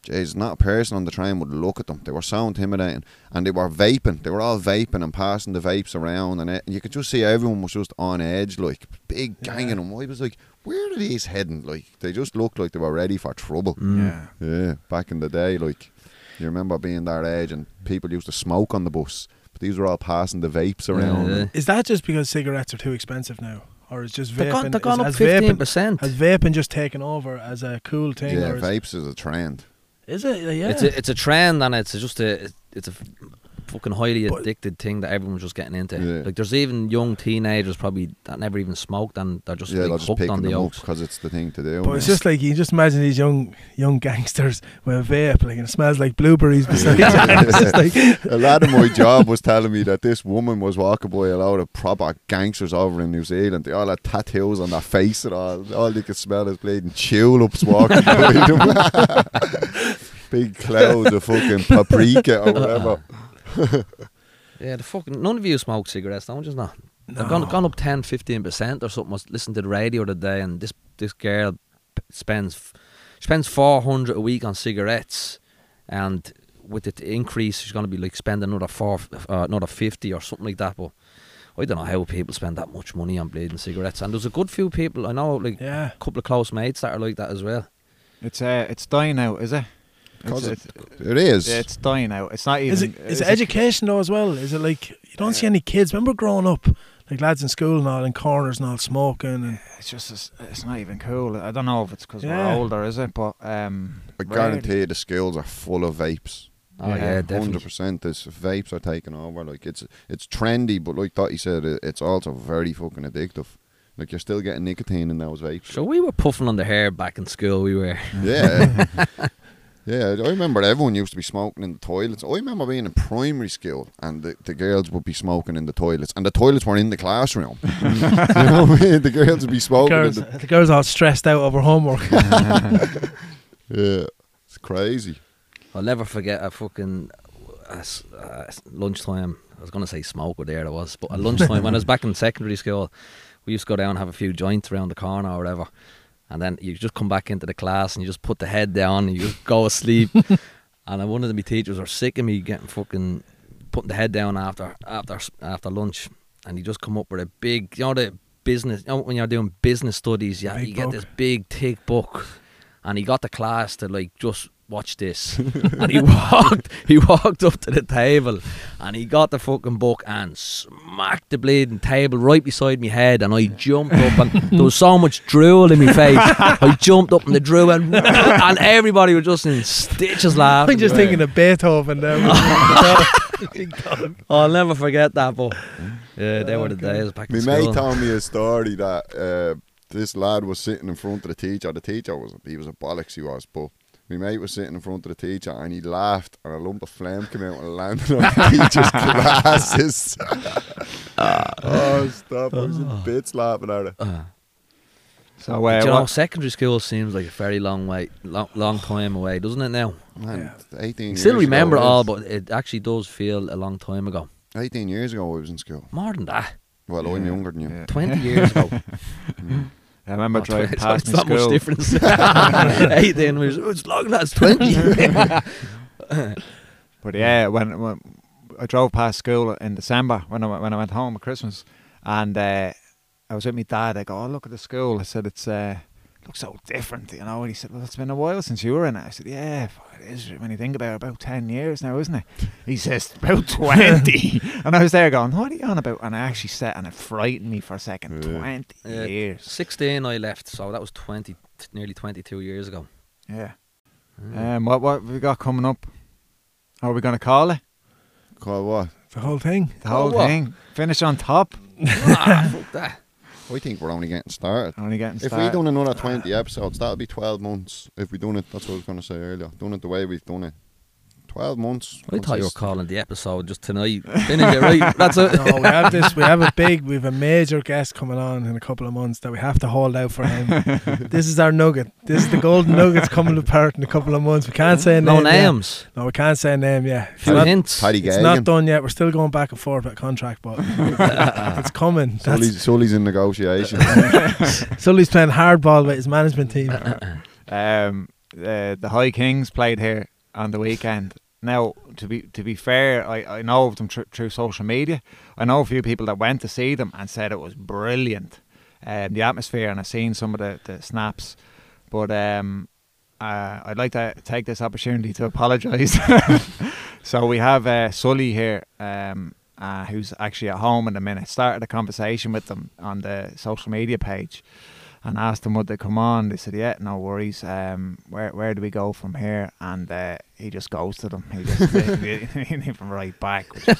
S1: jeez, not a person on the train would look at them. They were so intimidating, and they were vaping. They were all vaping and passing the vapes around, and, it, you could just see everyone was just on edge, like big gang of them. I was like, where are these heading? Like they just looked like they were ready for trouble.
S2: *laughs* Mm.
S1: Yeah, back in the day, like you remember being that age, and people used to smoke on the bus, but these were all passing the vapes around.
S2: Yeah.
S4: Is that just because cigarettes are too expensive now? Or is just
S2: They're gone,
S4: vaping,
S2: they're gone
S4: is,
S2: up
S4: has,
S2: fifteen
S4: vaping
S2: percent.
S4: has vaping just taken over as a cool thing?
S1: Yeah,
S4: or is,
S1: vapes is a trend.
S4: is it? Yeah.
S2: It's a it's a trend and it's just a it's a f- fucking highly
S4: But-
S2: addicted thing that everyone's just getting into.
S1: Yeah.
S2: Like there's even young teenagers probably that never even smoked and they're just
S1: yeah,
S2: like
S1: they're just
S2: hooked
S1: picking
S2: on the
S1: them up
S2: oats.
S1: because it's the thing to do.
S4: But it's just like you just imagine these young young gangsters with a vape, like and it smells like blueberries beside each other. It's just
S3: *laughs*
S4: like
S1: a lad of my job was telling me that this woman was walking by a lot of proper gangsters over in New Zealand. They all had tattoos on their face and all. All they could smell is bleeding tulips walking by them.
S4: *laughs*
S1: *laughs* Big clouds of fucking paprika or
S4: *laughs*
S1: whatever.
S2: Yeah, the fucking none of you smoke cigarettes, don't you? No, they've gone gone up 10 15 percent or something. I was listening to the radio the other day, and this this girl p- spends f- spends four hundred a week on cigarettes, and with the t- increase, she's going to be like spending another four uh, another fifty or something like that. But I don't know how people spend that much money on bleeding cigarettes. And there's a good few people I know, like
S4: Yeah.
S2: a couple of close mates that are like that as well.
S3: It's uh, it's dying out, is it? It's-
S1: 'Cause it-
S3: it's,
S1: It is.
S3: yeah, it's dying out. It's not even.
S4: Is it
S3: it's
S4: is it education though as well? Is it like you don't see any kids? Remember growing up, like lads in school and all in corners and all smoking and
S3: a- It's just. It's, it's not even cool. I don't know if it's because
S4: Yeah.
S3: we're older, is it? But um,
S1: I
S3: rarely.
S1: guarantee you the schools are full of vapes.
S2: Oh yeah,
S3: Yeah,
S1: Hundred
S2: definitely.
S1: percent. This vapes are taking over. Like it's it's trendy, but like Dottie said, it, it's also very fucking addictive. Like you're still getting nicotine in those vapes.
S2: So we were puffing on the hair back in school. We were.
S1: Yeah. Yeah, I remember everyone used to be smoking in the toilets. I remember being in primary school and the, the girls would be smoking in the toilets, and the toilets were in the classroom. *laughs* you know what I mean? The girls would be
S4: the
S1: smoking. In
S4: girls,
S1: the,
S4: the girls all stressed out over homework.
S1: yeah, it's crazy.
S2: I'll never forget a fucking a s- a s- lunchtime. I was gonna say smoke, but there it was. But at lunchtime, when I was back in secondary school, we used to go down and have a few joints around the corner or whatever, and then you just come back into the class and you just put the head down and you just go asleep. and I- one of my teachers were sick of me getting fucking putting the head down after after s- after lunch, and he just come up with a big, you know, the business. You know, when you're doing business studies, yeah,
S4: Big
S2: you get
S4: book.
S2: this big thick book, and he got the class to like just watch *laughs* this, and he walked he walked up to the table, and he got the fucking book and smacked the bleeding table right beside me head, and I jumped up, and there was so much drool in my face, I jumped up in the drool, and, *laughs* and everybody was just in stitches laughing.
S4: *laughs* I'm just thinking of Beethoven now.
S2: I'll never forget that, but yeah, they were the days back
S1: My
S2: in
S1: mate
S2: school.
S1: told me a story that uh, this lad was sitting in front of the teacher. The teacher was he was a bollocks he was, but my mate was sitting in front of the teacher and he laughed and a lump of phlegm came out and landed on the
S2: *laughs*
S1: teacher's glasses. *laughs* oh stop! I was in bits laughing at it.
S2: Uh,
S3: So uh,
S2: Do you know,
S3: what,
S2: secondary school seems like a very long way, long, long time away, doesn't it? Now,
S1: Man, eighteen.
S2: you
S1: Years
S2: still remember it
S1: ago,
S2: all, but it actually does feel a long time ago.
S1: eighteen years ago I was in school.
S2: More than that,
S1: Well, I'm younger than you.
S3: Yeah.
S2: twenty years ago.
S3: I remember
S2: Not 20,
S3: driving past
S2: Oh, *laughs* it's
S3: my
S2: not much
S3: school.
S2: difference. *laughs* Eighteen was oh, it's long as twenty.
S3: But yeah, when, when I drove past school in December when I went- when I went home at Christmas, and uh, I was with my dad. I go, "Oh, look at the school." I said, "It's uh, looks so different," you know. And he said, "Well, it's been a while since you were in it." I said, "Yeah, fuck, it is. When you think about it, about ten years now, isn't it?" He says, "About 20. and I was there going, "What are you on about?" And I actually sat and it frightened me for a second.
S1: Yeah.
S3: Twenty
S2: Yeah.
S3: years.
S2: Uh, Sixteen, I left, so that was twenty, nearly twenty-two years ago.
S3: Yeah. Um, what what have we got coming up? How are we going to call it?
S1: Call what?
S4: the whole thing.
S3: The
S2: Call
S3: whole
S2: Oh, what?
S3: thing. Finish on top.
S2: ah, fuck that.
S1: I think we're only getting started.
S3: Only getting
S1: If
S3: started.
S1: we done another twenty episodes, that'll be twelve months. If we done it, that's what I was gonna say earlier. Done it the way we've done it, twelve months.
S2: I thought you were
S1: consist-
S2: calling the episode just tonight. Finish it right. That's it.
S4: No, we have this. We have a big. We have a major guest coming on in a couple of months that we have to hold out for him. this is our nugget. This is the golden nuggets coming apart in a couple of months. We can't say a
S2: No
S4: name. yet.
S2: names.
S4: No, we can't say a name. Yeah, it's
S2: Few
S4: not,
S2: hints.
S1: Paddy
S4: it's not
S1: Gagan.
S4: done yet. We're still going back and forth about contract, but it's coming. That's,
S1: Sully's, Sully's in negotiation.
S4: Sully's playing hardball with his management team.
S3: Um, uh, the High Kings played here on the weekend. Now, to be to be fair, I, I know of them thr- through social media. I know a few people that went to see them and said it was brilliant, um, the atmosphere, and I've seen some of the, the snaps. But um, uh, I'd like to take this opportunity to apologise. *laughs* so we have uh, Sully here, um, uh, who's actually at home in a minute. Started a conversation with them on the social media page and asked them would they come on. They said, "Yeah, no worries. Um, where where do we go from here?" And uh, he just goes to them. He just *laughs* he hit them right back. which is-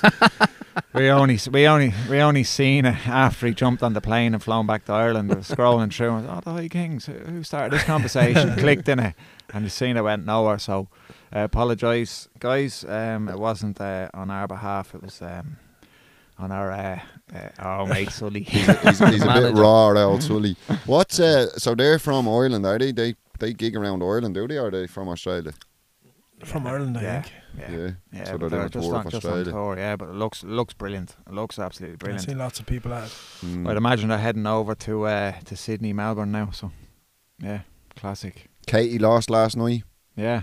S3: we only we only we only seen it after he jumped on the plane and flown back to Ireland. I was scrolling through, and oh, the High Kings, who- who started this
S1: *laughs*
S3: conversation? Clicked in it, and the scene it went nowhere. So, I apologise, guys. Um, it wasn't uh, on our behalf. It was. Um, on our uh, uh,
S1: *laughs*
S3: our own mate Sully.
S1: he's, he's a bit
S2: Manager.
S1: raw, old Sully. What's uh, so they're from Ireland, are they? They they gig around Ireland, do they? Or are they from Australia?
S4: From Ireland, I
S3: Yeah.
S4: think.
S1: Yeah.
S3: *laughs* Yeah.
S1: yeah.
S3: Yeah,
S1: So they're down
S3: but they're just
S1: tour of
S3: on, just on
S1: Australia.
S3: tour, yeah, but it looks it looks brilliant. It looks absolutely
S4: I've
S3: brilliant.
S4: seen lots of people at it.
S1: Mm.
S3: I'd imagine they're heading over to uh, to Sydney, Melbourne now. So, yeah, classic.
S1: Katie lost last night.
S3: Yeah,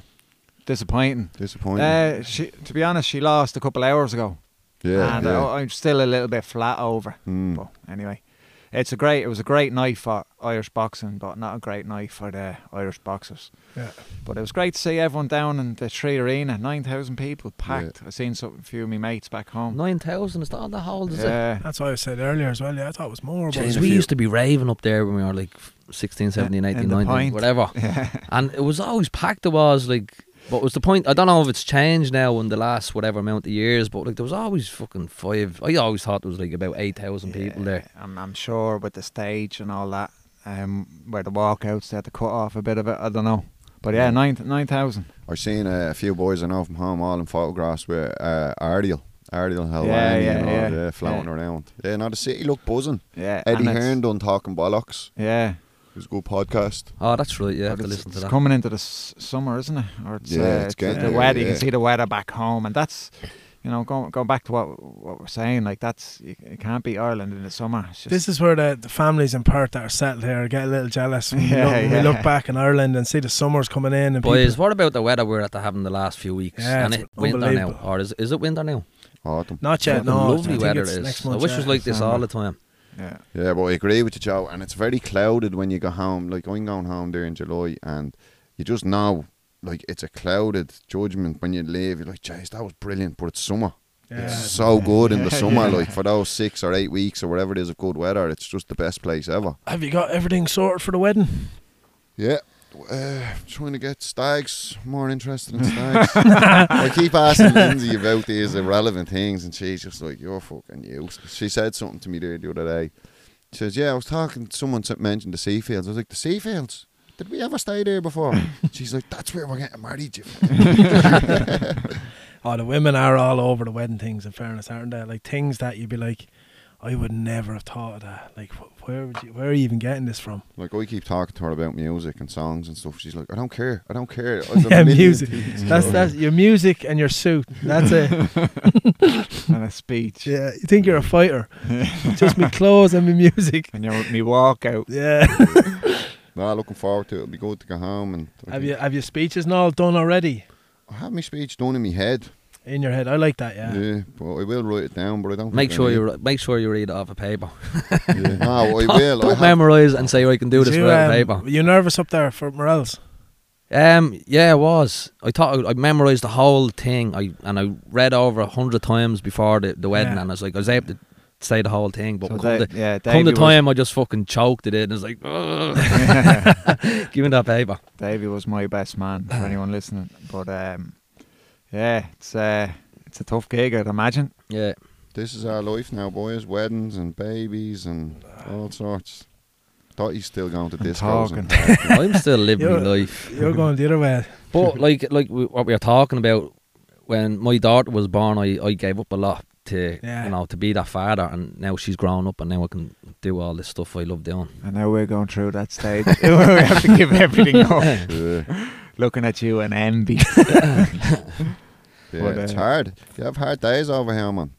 S3: disappointing.
S1: Disappointing.
S3: Uh, she, to be honest, she lost a couple hours ago,
S1: yeah.
S3: and
S1: yeah.
S3: I, I'm still a little bit flat over.
S1: Mm.
S3: But anyway, it's a great. It was a great night for Irish boxing, but not a great night for the Irish boxers.
S4: Yeah.
S3: But it was great to see everyone down in the Tree Arena. Nine thousand people packed. I seen some few of my mates back home.
S2: Nine thousand. Is that on the hold? Is it?
S3: yeah.
S4: That's what I said earlier as well. Yeah, I thought it was more. but
S2: Jeez,
S1: a
S2: we
S1: few-
S2: used to be raving up there when we were like 16, 17,
S3: Yeah,
S2: 18,
S3: in the
S2: 19,
S3: pint.
S4: *laughs*
S2: whatever. And it was always packed. It was like, what was the point? I don't know if it's changed now in the last whatever amount of years, but like there was always fucking five. I always thought there was like about eight thousand people there.
S3: I'm, I'm sure with the stage and all that, um, where the walkouts they had to cut off a bit of it. I don't know, but yeah, nine nine thousand.
S1: I've seen uh, a few boys I know from home all in photographs with uh, Ariel. Ariel Helwani
S3: Yeah, yeah,
S1: and all
S3: yeah.
S1: yeah, floating
S3: Yeah.
S1: around. Yeah, now the city look buzzing.
S3: Yeah,
S1: Eddie
S3: and it's-
S1: Hearn done talking bollocks.
S3: Yeah,
S1: It was a good podcast.
S2: Oh, that's right. Yeah, I have
S3: But
S2: to
S3: it's,
S2: listen to
S3: it's
S2: that.
S3: coming into the s- summer, isn't it? Or it's,
S1: Yeah,
S3: uh,
S1: it's
S3: it's
S1: getting
S3: the
S1: there,
S3: weather. You
S1: yeah.
S3: can see the weather back home, and that's, you know, going going back to what what we're saying. Like that's you, it can't be Ireland in the summer. It's just,
S4: This is where the, the families in Perth that are settled here get a little jealous. When we,
S3: Yeah,
S4: look, when we
S3: yeah.
S4: look back in Ireland and see the summers coming in and
S2: Boys,
S4: people,
S2: what about the weather we're at to having the last few weeks?
S4: Yeah,
S2: and
S4: it's
S2: it winter now,
S4: unbelievable.
S2: or is is it winter now?
S1: Autumn.
S4: not yet.
S2: Fucking
S4: No, I
S2: lovely
S4: think
S2: weather it
S4: it's
S2: is.
S4: Next
S2: I
S4: month,
S2: wish it
S4: yeah. um,
S2: was like this
S3: December.
S2: all the time. *laughs*
S3: yeah.
S1: Yeah, but I agree with you, Joe. And it's very clouded when you go home. Like I'm going home there in July, and you just know, like it's a clouded judgment when you leave. You're like, jeez, that was brilliant, but it's summer.
S4: Yeah.
S1: It's so good in the
S3: Yeah,
S1: summer.
S3: yeah.
S1: Like for those six or eight weeks or whatever it is of good weather, it's just the best place ever.
S4: Have you got everything sorted for the wedding?
S1: Yeah. Uh, trying to get stags more interested
S4: *laughs*
S1: in stags. I keep asking Lindsay about these irrelevant things, and she's just like, "You're fucking useless." She said something to me there the other day. She says, "Yeah, I was talking. Someone said- mentioned the Seafields. I was like, the Seafields? Did we ever stay there
S4: *laughs*
S1: before?" she's like, "That's where we're getting married." You fucking-"
S4: Oh, the women are all over the wedding things. In fairness, aren't they? Like things that you'd be like, I would never have thought of that. Like, wh- where would you? Where are you even getting this from?
S1: like I keep talking to her about music and songs and stuff. She's like, "I don't care. I don't care."
S4: *laughs*
S1: I've a
S4: yeah,
S1: million
S4: music.
S1: things."
S4: That's that's your music and your suit.
S3: *laughs*
S4: That's it.
S3: and a speech,
S4: Yeah, you think you're a
S3: *laughs*
S4: fighter? Just me clothes and me music.
S3: and your me walk out.
S4: Yeah. *laughs*
S1: Nah, looking forward to it. It'll be good to go home and. I
S4: have
S1: think-
S4: you have your speeches and all done already
S1: I have my speech done in my head.
S4: in your head? I like that.
S1: Yeah.
S4: Yeah.
S1: but I will write it down. But I don't.
S2: Make
S1: think I
S2: sure
S1: need-
S2: you re- make sure you read it off a paper.
S1: Yeah. No, I will. I
S2: *laughs* Don't
S1: have-
S2: memorize and say oh, I can do this
S4: you,
S2: without
S4: um,
S2: paper.
S4: Were you nervous up there for Morels?
S2: Um, yeah, it was. I thought I, I memorized the whole thing. I and I read over a hundred times before the, the wedding,
S4: Yeah.
S2: and I was like, I was able to say the whole thing. But
S3: So
S2: come,
S3: Da-
S2: the,
S3: yeah,
S2: come the
S3: Davey was-
S2: time, I just fucking choked it in. It's like, "Ugh."
S1: *laughs*
S2: give me that paper.
S3: Davey was my best man
S2: Uh-huh.
S3: for anyone listening. But um, yeah, it's uh, it's a tough gig, I'd imagine.
S2: Yeah,
S1: This is our life now, boys. Weddings and babies and all sorts. Thought he's still going to
S3: And
S1: discos. and-
S2: I'm still living my
S4: You're-
S2: life.
S4: You're going the other way.
S2: But like like we, what we were talking about when my daughter was born, I, I gave up a lot to
S4: Yeah.
S2: you know to be that father, and now she's grown up, and now I can do all this stuff I love doing.
S3: *laughs* And now we're going through that stage *laughs* where we have to give everything up.
S1: *laughs*
S2: *laughs*
S1: yeah,
S3: Looking at you and envy.
S1: yeah
S3: But,
S1: it's
S3: uh,
S1: hard. You have hard days over here, man.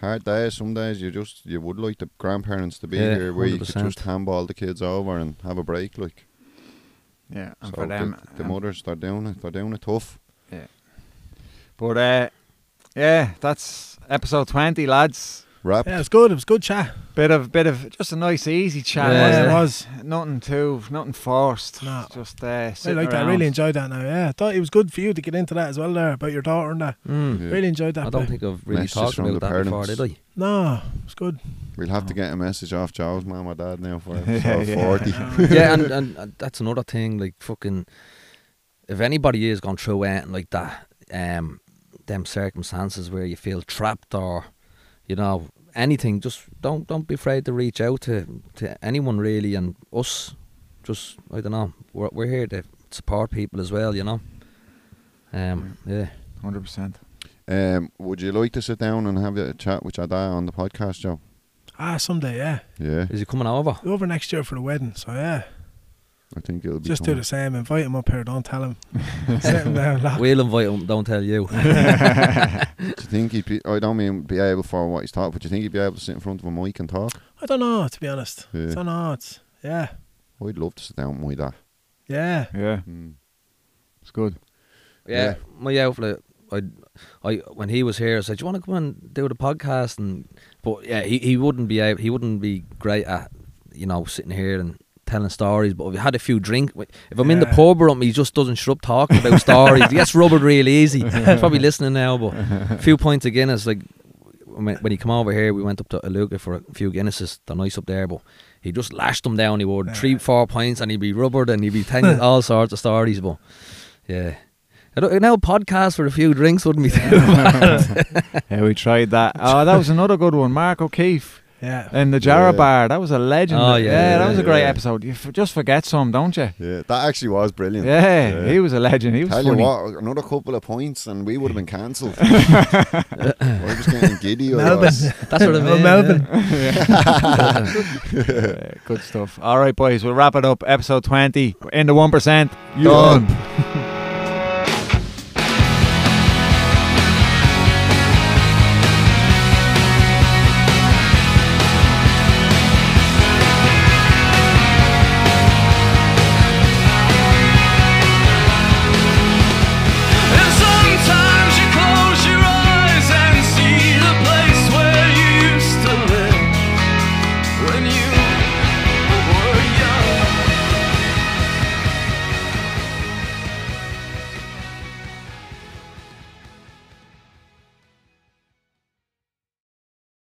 S1: Hard days. Some days you just you would like the grandparents to be
S2: Yeah,
S1: here, where you could
S2: 100%.
S1: just handball the kids over and have a break. Like
S3: Yeah, and
S1: so
S3: for
S1: the-
S3: them.
S1: the,
S3: um,
S1: mothers, they're doing it. They're doing it tough.
S3: But uh, yeah, that's episode twenty, lads.
S1: Rap.
S4: Yeah, it was good. It was good chat.
S3: Bit of bit of just a nice easy chat.
S2: Yeah.
S3: wasn't
S4: It
S3: it?
S4: was.
S3: Nothing too, nothing forced.
S4: No.
S3: Just uh,
S4: I
S3: sitting
S4: like that. I
S3: around. *laughs*
S4: really enjoyed that. Now, yeah, I thought it was good for you to get into that as well there about your daughter and that.
S2: Mm.
S1: Yeah.
S4: Really enjoyed that.
S2: I don't
S4: bit.
S2: think I've really
S1: Messages
S2: talked
S1: from
S2: about
S1: the
S2: that before,
S1: parents.
S2: did I?
S4: No, it's good.
S1: We'll have to
S3: Oh.
S1: get a message off Joe's mum or dad now
S3: *laughs*
S1: for
S3: Yeah,
S1: episode
S3: yeah.
S1: forty.
S2: yeah, and, and uh, that's another thing. Like fucking, if anybody is going through anything like that, um, them circumstances where you feel trapped or, you know, anything, just don't don't be afraid to reach out to to anyone really, and us, just I don't know, we're we're here to support people as well, you know. Um, yeah,
S3: Hundred percent.
S1: Um, would you like to sit down and have a chat with your dad on the podcast, Joe?
S4: Ah, someday, yeah.
S1: Yeah,
S2: is he coming over?
S4: Over next year for the wedding, so yeah.
S1: I think it'll be
S4: Just do
S1: coming.
S4: the same. Invite him up here. Don't tell him. Set him down. Lock.
S2: We'll invite him. Don't tell you.
S1: Do you think he'd be? I don't mean be able for what he's taught, but do you think he'd be able to sit in front of a mic and talk?
S4: I don't know, to be honest.
S1: Yeah.
S4: I don't know. It's, yeah.
S1: I'd love to sit down with that.
S4: Yeah.
S3: Yeah,
S1: Hmm.
S3: it's good.
S2: Yeah,
S1: Yeah.
S2: my outfit. I, I when he was here, I said, "Do you want to come and do the podcast?" And but yeah, he, he wouldn't be able, he wouldn't be great at you know sitting here and telling stories. But if he had a few drink, if I'm in the
S4: Yeah.
S2: pub or something, he just doesn't shut up talking
S4: *laughs*
S2: about stories. He gets rubbered real easy. He's probably listening now, but a few pints of Guinness. Like when when he come over here, we went up to Aluga for a few Guinnesses. They're nice up there, but. He just lashed them down. He would
S4: Yeah.
S2: three, four pints, and he'd be rubbered, and he'd be
S4: *laughs*
S2: telling you all sorts of stories. But yeah, I don't, an old podcast with a few drinks wouldn't be too bad.
S4: *laughs*
S3: yeah, we tried that. Oh, that was another good one. Mark O'Keefe.
S4: Yeah.
S3: And the Jarrah
S1: Yeah.
S3: Bar, that was a legend.
S2: Oh,
S3: yeah,
S2: yeah,
S3: that
S2: yeah,
S3: was a great
S1: yeah.
S3: episode. You f- just forget some, don't you?
S1: Yeah, that actually was brilliant.
S3: Yeah,
S1: Yeah.
S3: he was a legend. He was
S1: Tell
S3: funny.
S1: you what, another couple of points and we would have been cancelled. I was getting giddy. I
S4: Melbourne.
S1: was.
S2: *laughs* That's what I
S4: Oh,
S2: mean.
S4: Melbourne.
S3: *laughs* Yeah, good stuff. All right, boys, we'll wrap it up. Episode 20 We're in the 1%.
S1: Yeah.
S3: Done.
S5: And sometimes you close your eyes and see the place where you used to live when you